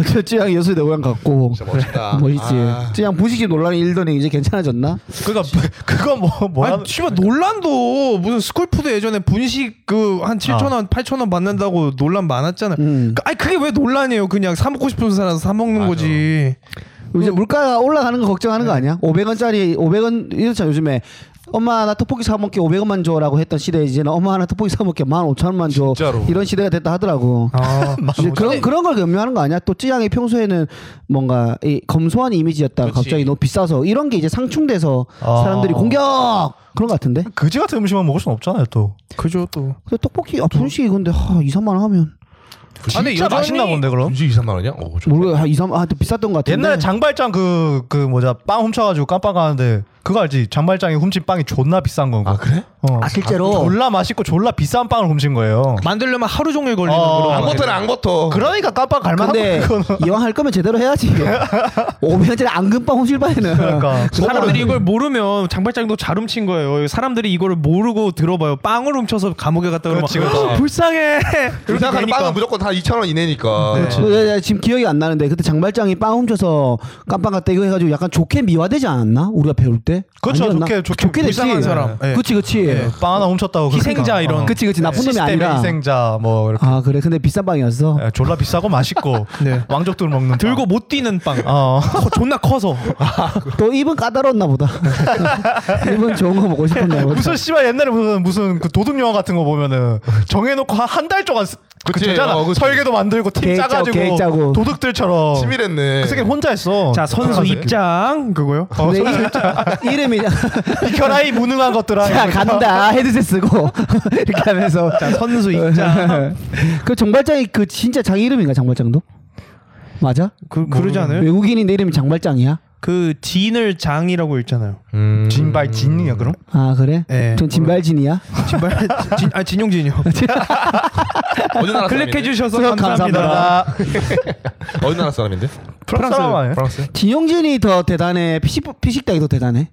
저 쯔양 여수대 고향 같고.
진짜 멋있다.
멋있지.
아.
쯔양 분식집 논란이 일더니 이제 괜찮아졌나?
그거 그거 뭐 뭐야?
아니 씨발 논란도 무슨 스쿨푸드 예전에 분식 그 한 7천
어.
원 8천 원 받는다고 논란 많았잖아
음.
그- 아니 그게 왜 논란이에요 그냥 사 먹고 싶은 사람 사 먹는
맞아.
거지
이제 물가가 올라가는 거 걱정하는 거 아니야? 500원짜리 500원 이렇잖아 요즘에 엄마 나 떡볶이 사 먹게 500원만 줘라고 했던 시대에 이제는 엄마 하나 떡볶이 사 먹게 15,000원만 줘
진짜로.
이런 시대가 됐다 하더라고.
아
이제 그런 그런 걸 염려하는 거 아니야? 또 쯔양이 평소에는 뭔가 이 검소한 이미지였다가
그렇지.
갑자기 너무 비싸서 이런 게 이제 상충돼서
아.
사람들이 공격 그런 거 같은데?
그지 같은 음식만 먹을 순 없잖아요 또.
그죠 또
근데 떡볶이 아 분식이 근데 하, 2, 3만 원 하면
진짜
근데 진짜 맛있나 본데 그럼.
굳이 2, 3만 원이야? 어, 좀
모르겠어 한 2, 3 아, 또 비쌌던 거 같은데
옛날에 장발장 그 그 뭐냐 빵 훔쳐가지고 깜빵 가는데 그거 알지? 장발장이 훔친 빵이 존나 비싼 건
뭐,
아
거.
그래?
어.
아 실제로
졸라 맛있고 졸라 비싼 빵을 훔친 거예요.
만들려면 하루 종일 걸리는
어,
그런
안 버터는 안 버터.
그러니까 깜빵 갈만
근데 이왕 할 거면 제대로 해야지 500원짜리 앙금빵 훔칠 바에는
그러니까.
사람들이 이걸 모르면 장발장도 잘 훔친 거예요. 사람들이 이거를 모르고 들어봐요. 빵을 훔쳐서 감옥에 갔다 그러면
그렇지, 그렇지.
"아, 불쌍해.
그렇게
이렇게
생각하는
되니까.
빵은 무조건 다 2천 원 이내니까.
어, 예, 예, 지금 기억이 안 나는데 그때 장발장이 빵 훔쳐서 깜빵 갔다 이거 해가지고 약간 좋게 미화되지 않았나 우리가 배울 때
그렇죠,
아니었나?
좋게- 좋게 네.
됐지 네.
불쌍한 사람. 예.
그치 그치
빵 하나 훔쳤다고
희생자 이런.
어.
그치 그치 나쁜 놈이
시스템의
아니라
희생자 뭐 이렇게
아 그래 근데 비싼 빵이었어
예, 졸라 비싸고 맛있고
네.
왕족들 먹는
들고 못 뛰는 빵.
빵. 어
커- 존나 커서.
또 입은 까다로웠나 보다 입은 좋은 거 먹고 싶었나 보다
무슨 씨발 옛날에 무슨 무슨 그 도둑 영화 같은 거 보면은 정해놓고 한 달 동안 쓰-
그치,
그잖아.
어, 그치.
설계도 만들고 팀
계획 짜고,
짜가지고
계획 짜고.
도둑들처럼.
어. 치밀했네. 예.
그 새끼 혼자 했어.
자 선수 입장 그거요.
아, 어,
근데 이- 이름이
비켜라 이 무능한 것들아.
자 간다 헤드셋 쓰고 이렇게 하면서
자 선수
네.
입장.
그 정발장이 그 진짜 자기 이름인가 장발장도? 맞아?
그 그러지
뭐, 네.
않아요?
외국인인데 이름이 장발장이야?
그 진을 장이라고 읽잖아요.
음.
진발 진이야 그럼?
아 그래?
네.
전 진발진이야.
진발 진아 진용진이요.
어느 나라
클릭해
사람인데?
주셔서
수고 감사합니다.
감사합니다.
어느 나라 사람인데?
프랑스 사람 아니에요?
프랑스.
진용진이 더 대단해. 피식 피식당이 더 대단해.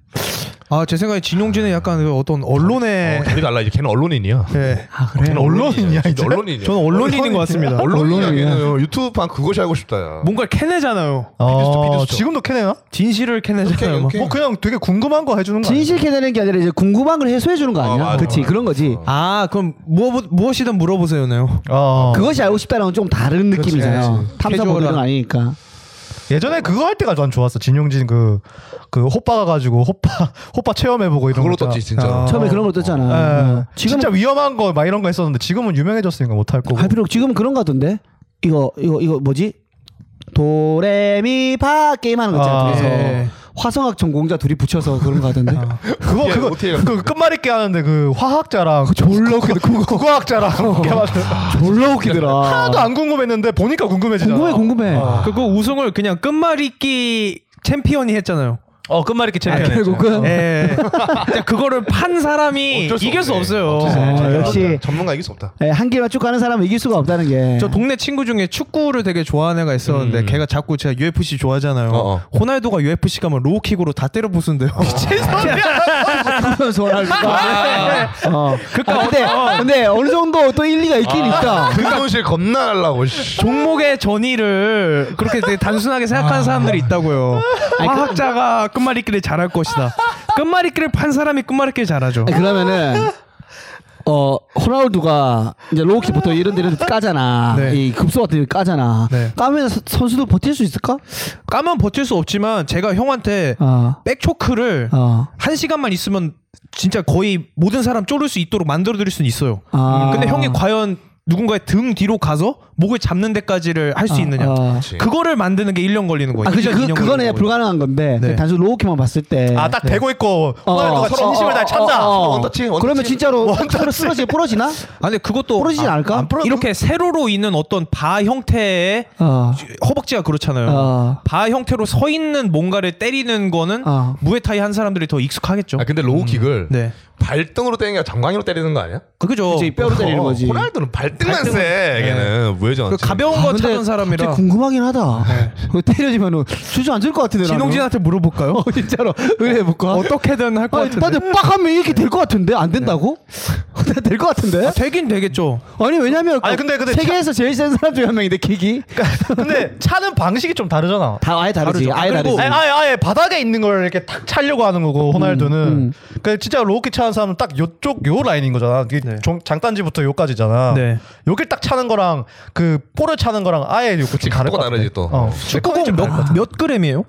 아 제 생각에 진용진은 약간 그 어떤 언론의
어, 다리가 달라 이제 걔는 언론인이야.
예.
아 그래?
걔는
언론인이야,
진짜
이제?
언론인이야.
저는 언론인인 것 같습니다.
어.
언론인이야.
언론인이야.
걔는 유튜브판 그것이 알고 싶다. 야.
뭔가 캐내잖아요.
비디오스토,
어,
비디오스토.
지금도 캐내나?
진실을 캐내잖아요. 막.
오케이.
뭐 그냥 되게 궁금한 거 해주는 거
진실 캐내는 게 아니라 이제 궁금한 걸 해소해 주는 거
어,
아니야?
맞아,
그렇지
맞아.
그런 거지.
아 그럼 무엇 무엇이든 물어보세요네요.
아니야? 어.
그것이 알고 싶다랑은 좀 다른 느낌이잖아.
그렇지.
탐사
캐주얼한.
보도는 아니니까.
예전에 그거 할 때가 난 좋았어. 진용진 그, 그 호빠 가가지고 호빠, 호빠 체험해보고 이런
그걸로
거 있잖아.
떴지 진짜.
아.
로
처음에 그런 걸
예.
떴잖아.
네.
어. 지금
진짜 위험한 거 막 이런 거 했었는데 지금은 유명해졌으니까 못할 거고.
뭐 할 필요 없- 지금 그런 거 같던데. 이거 이거 이거 뭐지? 도레미파 게임 하는 거 있잖아.
아,
둘이서
예. 아,
화성학 전공자 둘이 붙여서 그런 거 하던데.
어떻게
그거
해,
그거
어떻게 해.
그 끝말잇기 하는데 그 화학자랑 졸라 웃기다. 국어학자랑
졸라 웃기더라.
하나도 안 궁금했는데 보니까 아, 궁금해지잖아.
궁금해 궁금해.
그거 우승을 그냥 끝말잇기 챔피언이 했잖아요. 어 끝말잇기
아,
네,
결국은
예. 진짜 그거를 판 사람이
어쩔 수
이길 수
없네.
없어요.
어쩔 수
아,
없네.
역시.
전문가 이길 수 없다.
예, 한 길만 쭉 가는 사람은 이길 수가 없다는 게.
저 동네 친구 중에 축구를 되게 좋아하는 애가 있었는데
음.
걔가 자꾸 제가 UFC 좋아하잖아요.
어, 어.
호날두가 UFC 가면 로우킥으로 다 때려 부순대요. 미친 소리야.
하면서 원할 수가. 어.
그러니까
아, 근데
어. 아.
근데 어느 정도 또 일리가 있긴 있다.
근무실 겁나 날라고. 씨.
종목의 전의를 그렇게 되게 단순하게 생각하는 사람들이 있다고요. 화학자가 끝말잇기를 잘할 것이다. 끝말잇기를 판 사람이 끝말잇기를 잘하죠.
아니, 그러면은 어 호날두가 이제 로우키부터 이런 데를 까잖아.
네.
이 급소 같은 데 까잖아.
네.
까면 서- 선수도 버틸 수 있을까?
까면 버틸 수 없지만 제가 형한테
어.
백초크를
어.
한 시간만 있으면 진짜 거의 모든 사람 쪼를 수 있도록 만들어 드릴 수는 있어요.
아.
근데 형이 과연 누군가의 등 뒤로 가서 목을 잡는 데까지를 할 수 있느냐.
아,
그치.
그거를 만드는 게 1년 걸리는 거예요.
아 그죠.
1년, 2년
그
걸리는
그거는 그냥
거거든요.
불가능한 건데
네.
그냥 단순 로우키만 봤을 때.
아 딱 대고 있고 호날두가 진심을 다 찬다.
어, 어, 어.
원터치, 원터치.
그러면 진짜로
원터치.
서로 쓰러지 부러지나?
아, 근데 그것도
부러지진
아,
않을까?
안 부러- 이렇게 세로로 있는 어떤 바 형태의
어.
허벅지가 그렇잖아요.
어.
바 형태로 서 있는 뭔가를 때리는 거는
어.
무에타이 한 사람들이 더 익숙하겠죠.
아 근데 로우킥을
그러니까 네.
발등으로 때리는 게 아니라 정강이로 때리는 거 아니야? 어,
그죠.
그치, 뼈로 때리는 거지.
호날두는 발등만 세. 걔는
그
우회전.
가벼운 거
아, 근데
찾는
갑자기
사람이라
궁금하긴 하다. 그거 때려지면은 주저앉을 것 같은데. 나는.
진홍진한테 물어볼까요?
어, 진짜로 의뢰해 볼까?
어떻게든 할 것
아니,
같은데.
다들 빡 하면 이렇게 될 것 같은데 안 된다고? 될 것 같은데?
아, 되긴 되겠죠.
아니 왜냐면
아니, 근데- 근데
세계에서 제일 센 사람 중에 한 명인데 킥이
근데 차는 방식이 좀 다르잖아.
다 아예 다르지.
다르죠.
아예
아, 그리고-
다르지.
아예, 아예 아예 바닥에 있는 걸 이렇게 탁 차려고 하는 거고 호날두는
음.
그러니까 진짜 로우킥 차는 사람은 딱 요쪽 요 라인인 거잖아 이게
네.
종- 장단지부터 요까지잖아
네.
요길 딱 차는 거랑 그 볼을 차는 거랑 아예 요이 다를
각도가
것 같아
다르지 또.
어.
축구공 몇, 몇 그램이에요?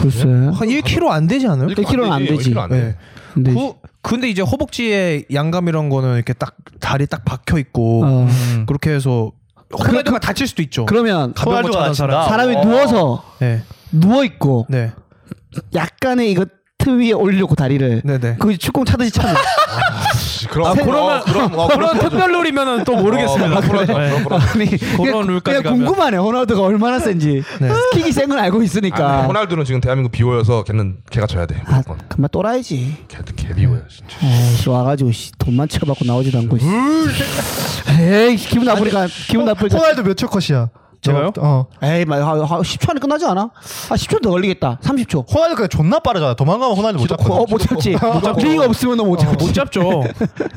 글쎄.
한 1kg 안 되지 않아요?
일- 킬로는 안 되지.
킬로 안 돼.
네.
근데
그, 근데 이제 허벅지에 양감 이란 거는 이렇게 딱 다리 딱 박혀 있고 음.
어.
그렇게 해서 호날두가 다칠 수도 있죠.
그러면
가벼운 거
호날두가
차는 사람.
다친다.
사람이
어.
누워서
네.
누워 있고
아, 네.
약간의 이거 틈 위에 올리려고 다리를
네네.
그 축구공 차듯이 차는.
씨, 그럼
아,
그러면
그러면-
그럼 어,
그런 특별 룰이면은 또 모르겠습니다.
어, 그럼, 그럼, 그럼, 그럼.
아니
그런 룰까지
그냥
가면.
궁금하네 호날두가 얼마나 센지. 킥이 센 건 알고
아니,
있으니까.
호날두는 지금 대한민국 비호여서 걔는 걔가 져야 돼.
아,
무조건.
그만 또라이지.
걔도 걔 비호야 진짜.
에이, 와가지고 씨, 돈만 쳐받고 나오지도 않고. 씨. 에이 기분 나쁘니까 기분 나쁠 때.
호날두 몇초 컷이야
제가요?
어.
에이 말 10초 안에 끝나지 않아? 아 10초 더 걸리겠다. 30초.
호날두 근데 존나 빠르잖아 도망가면 호날두 못 잡고
어못 잡지. 리가 없으면 너못 잡지.
못 잡죠.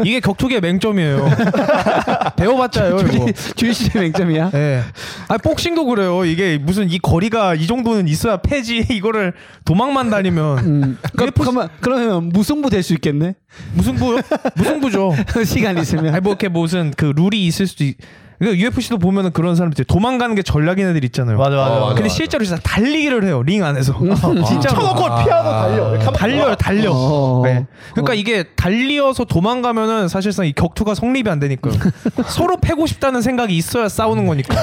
이게 격투기의 맹점이에요. 배워봤자요. 이거.
주인 씨의 맹점이야.
예. 아 복싱도 그래요. 이게 무슨 이 거리가 이 정도는 있어야 패지 이거를 도망만 다니면
음. 그럼 그러면 그러면 무승부 될 수 있겠네.
무승부 무승부죠.
시간 있으면.
아니 뭐 이렇게 무슨 그 룰이 있을 수도 있, 그러니까 UFC도 보면은 그런 사람들 도망가는 게 전략인 애들 있잖아요.
맞아 맞아.
어, 맞아.
근데 실제로 진짜 달리기를 해요 링 안에서. 진짜로.
어, 쳐놓고
아.
피하고 달려. 가만-
달려요, 달려.
어.
네. 그러니까 이게 달리어서 도망가면은 사실상 이 격투가 성립이 안 되니까요. 서로 패고 싶다는 생각이 있어야 싸우는 거니까.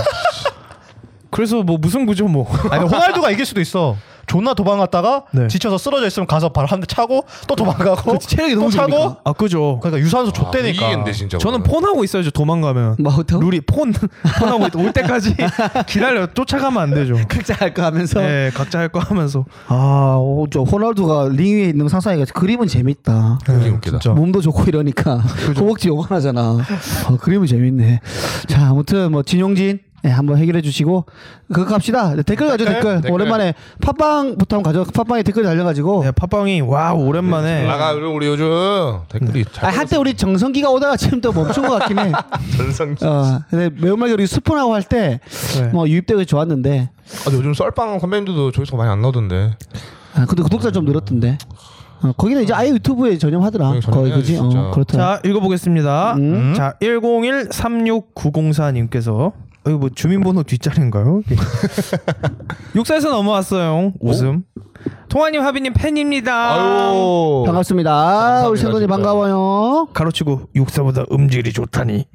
그래서 뭐 무슨 구죠 뭐.
아니 호날두가 이길 수도 있어. 존나 도망갔다가
네.
지쳐서 쓰러져 있으면 가서 바로 한 대 차고 또 도망가고
그렇지, 체력이 너무
또 차고
좋으니까.
아 그죠.
그러니까 유산소 족대니까.
이기는데 아, 진짜.
저는
그거는.
폰하고 있어요. 저 도망가면.
뭐부터?
룰이 폰 폰하고 있- 올 때까지 기다려 쫓아가면 안 되죠.
각자 할까 하면서
네 각자 할 거 하면서
아, 오, 저 호날두가 링 위에 있는 거 상상이가 그림은 재밌다.
되게 웃기다.
진짜.
몸도 좋고 이러니까 허벅지 요만하잖아. 어, 그림은 재밌네. 자, 아무튼 뭐 진용진 네, 한번 해결해 주시고 그거 갑시다. 네, 댓글 가죠 댓글.
댓글.
오랜만에 팟빵부터 한번 가죠. 팟빵에 댓글 달려가지고. 아,
네, 팟빵이 와 오랜만에
네, 나가 우리 요즘 댓글이
아,
잘
한때 우리 정성기가 오다가 지금 또 멈춘 것 같긴 해.
전성.
어, 근데 매운말 요리 스폰하고 할 때 뭐
네.
유입되고 좋았는데
아, 근데 요즘 썰빵 선배님들도 조회수가 많이 안 나오던데.
아, 근데 구독자 좀 늘었던데. 어, 거기는 이제 아예 유튜브에 전념하더라.
거기
거의
전념해야지,
그지? 어,
진짜.
그렇더라.
자 읽어보겠습니다.
음.
자 10136904님께서 이거 뭐 주민번호 뒷자리인가요? 육사에서 넘어왔어요. 웃음. 통화님 하비님 팬입니다.
아유.
반갑습니다. 우리
감사합니다,
생돈이
진짜.
반가워요.
가로치고 육사보다 음질이 좋다니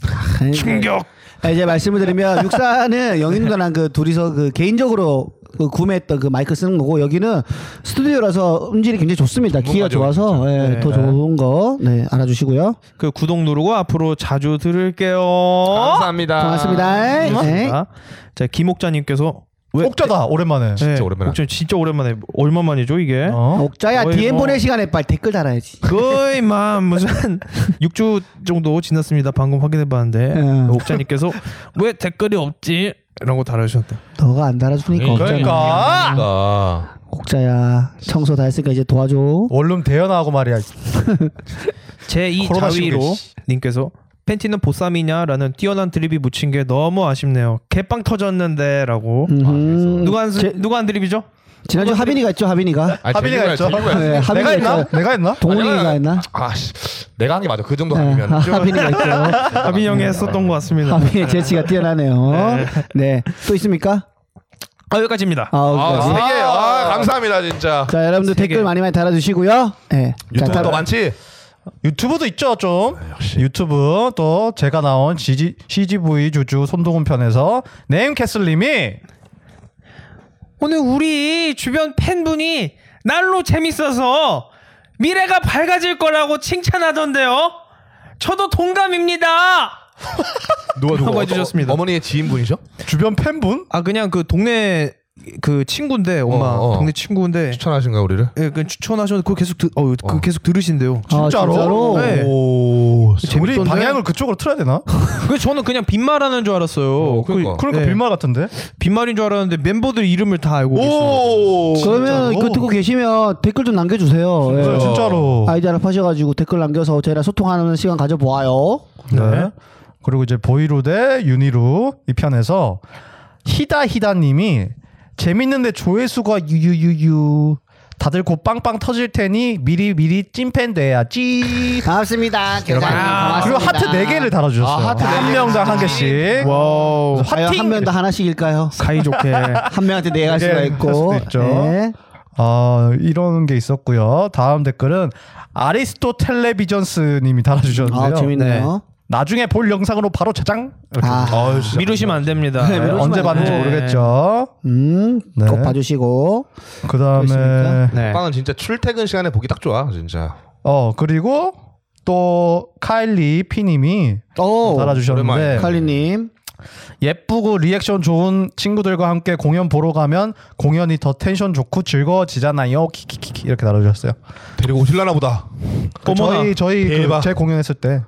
네.
충격.
아, 이제 말씀을 드리면 육사는 영희 누나랑 그 둘이서 그 개인적으로 그 구매했던 그 마이크 쓰는 거고 여기는 스튜디오라서 음질이 굉장히 좋습니다. 기가
전문가죠,
좋아서 예,
네.
더 좋은 거 네, 알아주시고요.
그 구독 누르고 앞으로 자주 들을게요.
아, 감사합니다.
고맙습니다. 네.
자, 자 김옥자님께서 왜 네,
옥자다 오랜만에.
진짜 오랜만에.
옥자 진짜 오랜만에 얼마 만이죠 이게?
어?
옥자야
거의
DM
뭐-
보낼 시간에 빨리 댓글 달아야지.
거의 만 무슨 6주 정도 지났습니다. 방금 확인해봤는데
예.
옥자님께서 왜 댓글이 없지? 이런 거 달아주셨대.
너가 안 달아주니까 없잖아.
네, 그러니까
아.
옥자야 청소 다 했으니까 이제 도와줘.
원룸 대연하고 말이야.
제2
코로나
자위로
시국에,
님께서 팬티는 보쌈이냐라는 뛰어난 드립이 묻힌 게 너무 아쉽네요. 개빵 터졌는데라고.
음,
누가 안 쓰-
제-
누가 안 드립이죠?
지난주 하빈이가 있죠 하빈이가.
아니,
하빈이가
재밌는 거야,
있죠.
재밌는 거야.
네, 하빈이가
내가 했나?
있죠.
내가 했나?
동훈이가
아니야.
했나?
아, 씨. 내가 한 게 맞아. 그 정도
네,
아니면.
하- 하빈이가 있죠.
하빈 형이 했었던 것 같습니다.
하빈의 재치가 뛰어나네요. 네, 또 있습니까?
아 여기까지입니다.
아,
아,
여기까지.
세 개. 아, 감사합니다, 진짜.
자 여러분들
세 개.
댓글 많이 많이 달아주시고요. 네. 자,
유튜브 더 많지?
유튜브도 있죠 좀.
아,
유튜브 또 제가 나온 GG, CGV 주주 손동훈 편에서 네임캐슬님이
오늘 우리 주변 팬분이 날로 재밌어서 미래가 밝아질 거라고 칭찬하던데요. 저도 동감입니다.
누가
하고 해주셨습니다.
어, 어머니의 지인분이죠?
주변 팬분?
아 그냥 그 동네 그 친구인데 엄마
어, 어.
동네 친구인데
추천하신가 우리를?
예, 그 추천하셨는데 그거 계속 듣, 어, 그거
어.
계속 들으신대요.
아,
진짜로?
진짜로?
네.
오, 우리
재밌던데?
방향을 그쪽으로 틀어야 되나?
그 저는 그냥 빈말하는 줄 알았어요.
어, 그러니까.
그-
그러니까
네.
빌말 같은데.
빈말인 줄 알았는데 멤버들 이름을 다 알고 계세요.
오.
그러면
진짜로?
이거 듣고 계시면 댓글 좀 남겨주세요. 예.
진짜요?
진짜로.
아이디 하나 파셔가지고 댓글 남겨서 저희랑 소통하는 시간 가져보아요.
네. 그리고 이제 보이루 대 유니루 이 편에서 히다히다님이 재밌는데 조회수가 유유유유 다들 곧 빵빵 터질 테니 미리 미리 찐팬 돼야지.
반갑습니다. 교사님.
아,
그리고 하트 네 개를 달아주셨어요.
아, 하트 네
한
개.
명당 한 개씩.
와우.
그래서 화팅.
네. 한명 다 하나씩일까요?
사이 좋게.
한 명한테 네 개할 수가
네, 할
있고.
수도 있죠. 아 이런 게 있었고요. 다음 댓글은 아리스토 텔레비전스님이
아,
달아주셨는데요.
재밌네요.
나중에 볼 영상으로 바로 저장. 이렇게.
아.
어우, 진짜.
미루시면 안 됩니다.
네, 미루시면
언제
안
봤는지
돼요.
모르겠죠.
음,
네.
꼭 봐주시고.
그 다음에
그렇습니까?
네.
빵은 진짜 출퇴근 시간에 보기 딱 좋아, 진짜.
어 그리고 또 카일리 피님이
오,
달아주셨는데
어, 오랜만이네.
칼리님.
예쁘고 리액션 좋은 친구들과 함께 공연 보러 가면 공연이 더 텐션 좋고 즐거워지잖아요. 키키키키 이렇게 달아주셨어요.
데리고 오실라나 보다.
그
어머나,
저희 저희 그
대박.
제 공연했을 때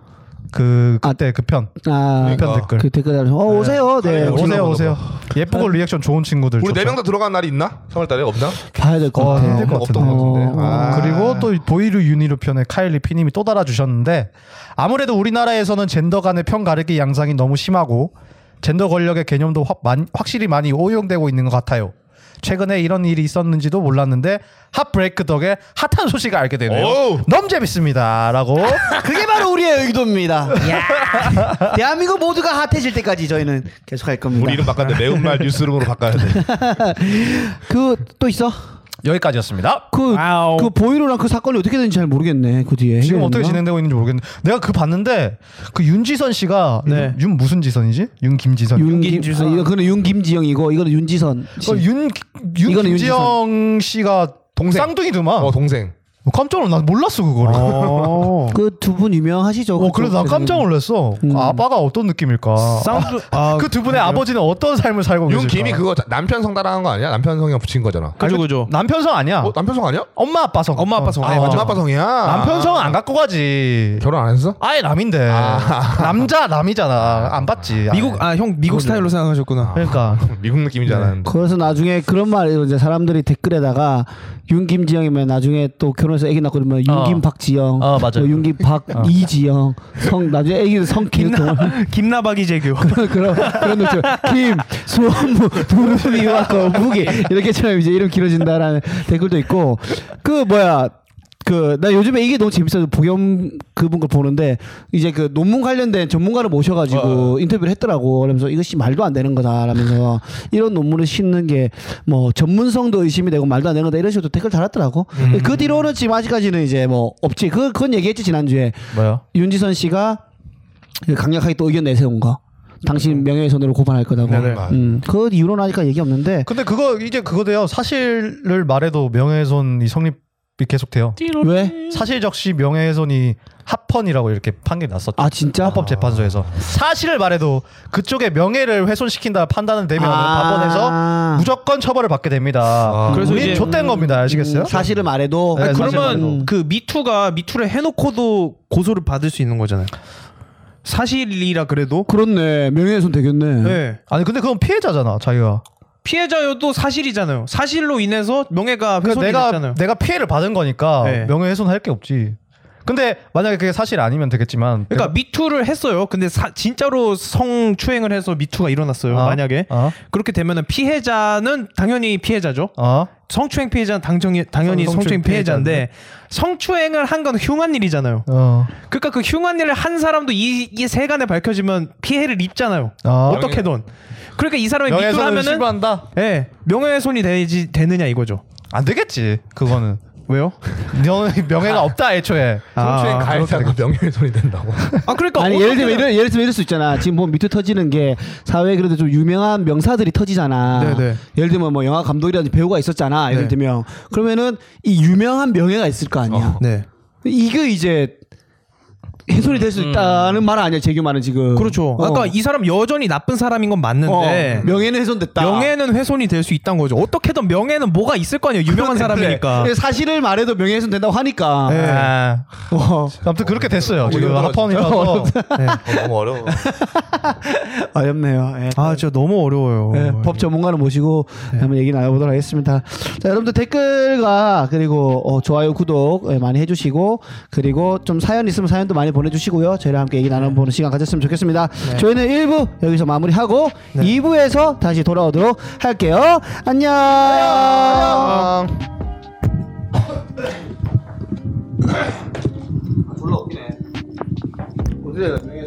그 그때 그편
아,
편
그러니까.
댓글.
그 댓글 달아주 어, 오세요. 네.
칼리님.
오세요
올라오나
오세요. 예쁘고 리액션 좋은 친구들.
우리
좋다.
네 명 다 들어간 날이 있나? 3월달에 없나?
봐야 될 것
어,
같아요.
힘들 것
없던
같은데.
것 같은데.
어,
아.
그리고 또 보이루 유니루 편에 카일리 피님이 또 달아주셨는데 아무래도 우리나라에서는 젠더 간의 편 가르기 양상이 너무 심하고 젠더 권력의 개념도 확, 많- 확실히 많이 오용되고 있는 것 같아요. 최근에 이런 일이 있었는지도 몰랐는데 핫브레이크 덕에 핫한 소식을 알게 되네요.
오우.
너무 재밌습니다라고
아, 그게 바로 우리의 의도입니다. 야. 대한민국 모두가 핫해질 때까지 저희는 계속 할 겁니다.
우리 이름 바꿨는데 매운말 뉴스룸으로 바꿔야 돼.
그 또 있어?
여기까지였습니다.
그,
와우.
그 보이로랑 그 사건이 어떻게 됐는지 잘 모르겠네. 그 뒤에
지금 어떻게
해결됐나?
진행되고 있는지 모르겠는데 내가 그 봤는데 그 윤지선 씨가
네.
윤 무슨 지선이지? 윤김지선.
윤김 아, 이거 그거는 윤김지영이고 이거는 윤지선. 씨.
어, 윤, 윤
이거는
김지영 씨가
동생.
쌍둥이더만.
어 동생.
깜짝 놀라. 난 몰랐어 그거를.
그 두 분 유명하시죠?
어, 그래서 난 깜짝 놀랐어. 그 아빠가 어떤 느낌일까?
쌍둥- 아,
그 두 분의 아버지는 어떤 삶을 살고 계실까?
윤 김이 그거 자- 남편 성 따라한 거 아니야? 남편 성이랑 붙인 거잖아.
그죠 그죠.
남편 성 아니야.
어 남편 성 아니야?
엄마 아빠 성.
엄마, 아빠 성.
아,
아니 맞아.
맞아.
아빠 성이야.
남편 성은 안 갖고 가지.
결혼 안 했어?
아예 남인데.
아.
남자 남이잖아. 안 받지. 아예.
미국 아 형 미국 스타일로 생각하셨구나.
그러니까
아, 미국 느낌이지
음.
않았는데.
그래서 나중에 그런 말 이제 사람들이 댓글에다가 윤김지영이면 나중에 또 결혼해서 아기 낳고 그러면
어.
윤김박지영,
어, 맞아요.
윤김박이지영, 성 나중에 아기 성키는 동안
김나박이 재규.
아,
그런 그런 노출 김 수원무 두루미와 아, 거북이 이렇게처럼 이제 이름 길어진다라는 댓글도 있고 그 뭐야 그 나 요즘에 이게 너무 재밌어서 보겸 그분 걸 보는데 이제 그 논문 관련된 전문가를 모셔가지고 인터뷰를 했더라고 그러면서 이것이 말도 안 되는 거다라면서 이런 논문을 싣는 게 뭐 전문성도 의심이 되고 말도 안 되는 거다 이런 식으로 댓글 달았더라고 그 뒤로는 지금 아직까지는 이제 뭐 없지 그 그건 얘기했지 지난주에
뭐야?
윤지선 씨가 강력하게 또 의견 내세운 거. 당신 명예훼손으로 고발할 거다고.
네네.
음, 그 이유로는 아직까지 얘기 없는데.
근데 그거 이제 그거 돼요. 사실을 말해도 명예훼손이 성립이 계속 돼요.
왜?
사실 적시 명예훼손이 합헌이라고 이렇게 판결이 났었죠.
아 진짜?
헌법재판소에서 사실을 말해도 그쪽에 명예를 훼손시킨다 판단을 내면
아.
법원에서 무조건 처벌을 받게 됩니다.
아. 그래서
그래서 우리
이제- 음,
좆된 겁니다. 아시겠어요?
음, 사실을 말해도.
네, 사실
그러면
말고.
그 미투가 미투를 해놓고도 고소를 받을 수 있는 거잖아요. 사실이라 그래도.
그렇네. 명예훼손
음.
되겠네.
네.
아니 근데 그건 피해자잖아 자기가.
피해자여도 사실이잖아요. 사실로 인해서 명예가
그
훼손이
내가
됐잖아요.
내가 피해를 받은 거니까
네.
명예훼손할 게 없지. 근데 만약에 그게 사실 아니면 되겠지만.
그러니까 미투를 했어요. 근데 사- 진짜로 성추행을 해서 미투가 일어났어요.
아,
만약에
아,
그렇게 되면은 피해자는 당연히 피해자죠.
아,
성추행 피해자는 당연히 당연히
성-
성추행
성추행
피해자인데 성추행을 한 건 흉한 일이잖아요.
어,
그러니까 그 흉한 일을 한 사람도 이, 이 세간에 밝혀지면 피해를 입잖아요.
아.
어떻게든. 그러니까 이 사람이 미투를
명예훼손은
하면은
신고한다.
예 명예훼손이 되지 되느냐 이거죠.
안 되겠지. 그거는
왜요?
명, 명예가 없다 애초에.
성추행
아,
가해자가 명예훼손이 된다고.
아 그러니까
아니 예를 들면
어떻게든-
이럴, 예를 들면 이럴 수 있잖아. 지금 보면 미투 터지는 게 사회에 그래도 좀 유명한 명사들이 터지잖아.
네네.
예를 들면 뭐 영화 감독이라든지 배우가 있었잖아. 예를
네.
들면 그러면은 이 유명한 명예가 있을 거 아니야.
네.
이게 이제 해소이 될 수 있다는 말 아니야 재규 말은 지금
음. 그렇죠.
어.
아까 이 사람 여전히 나쁜 사람인 건 맞는데
어, 명예는 훼손됐다
명예는 훼손이 될 수 있다는 거죠. 어떻게든 명예는 뭐가 있을 거 아니에요. 유명한 사람이니까.
근데 예, 사실을 말해도 명예훼손 된다고 하니까
네.
아,
어.
아무튼 그렇게 됐어요.
어,
지금
이거
합헌이라서
어, 너무 어려워.
어렵네요 예.
아 진짜 너무 어려워요.
예, 법 전문가를 모시고 한번 얘기 나눠보도록 하겠습니다. 자, 여러분들 댓글과 그리고 어, 좋아요, 구독 예, 많이 해주시고 그리고 좀 사연 있으면 사연도 많이 보내주시고요. 저희랑 함께 얘기 나눠보는 시간 가졌으면 좋겠습니다. 저희는 1부 여기서 마무리하고 2부에서 다시 돌아오도록 할게요. 안녕. 졸라 웃기네. 어디다 놔?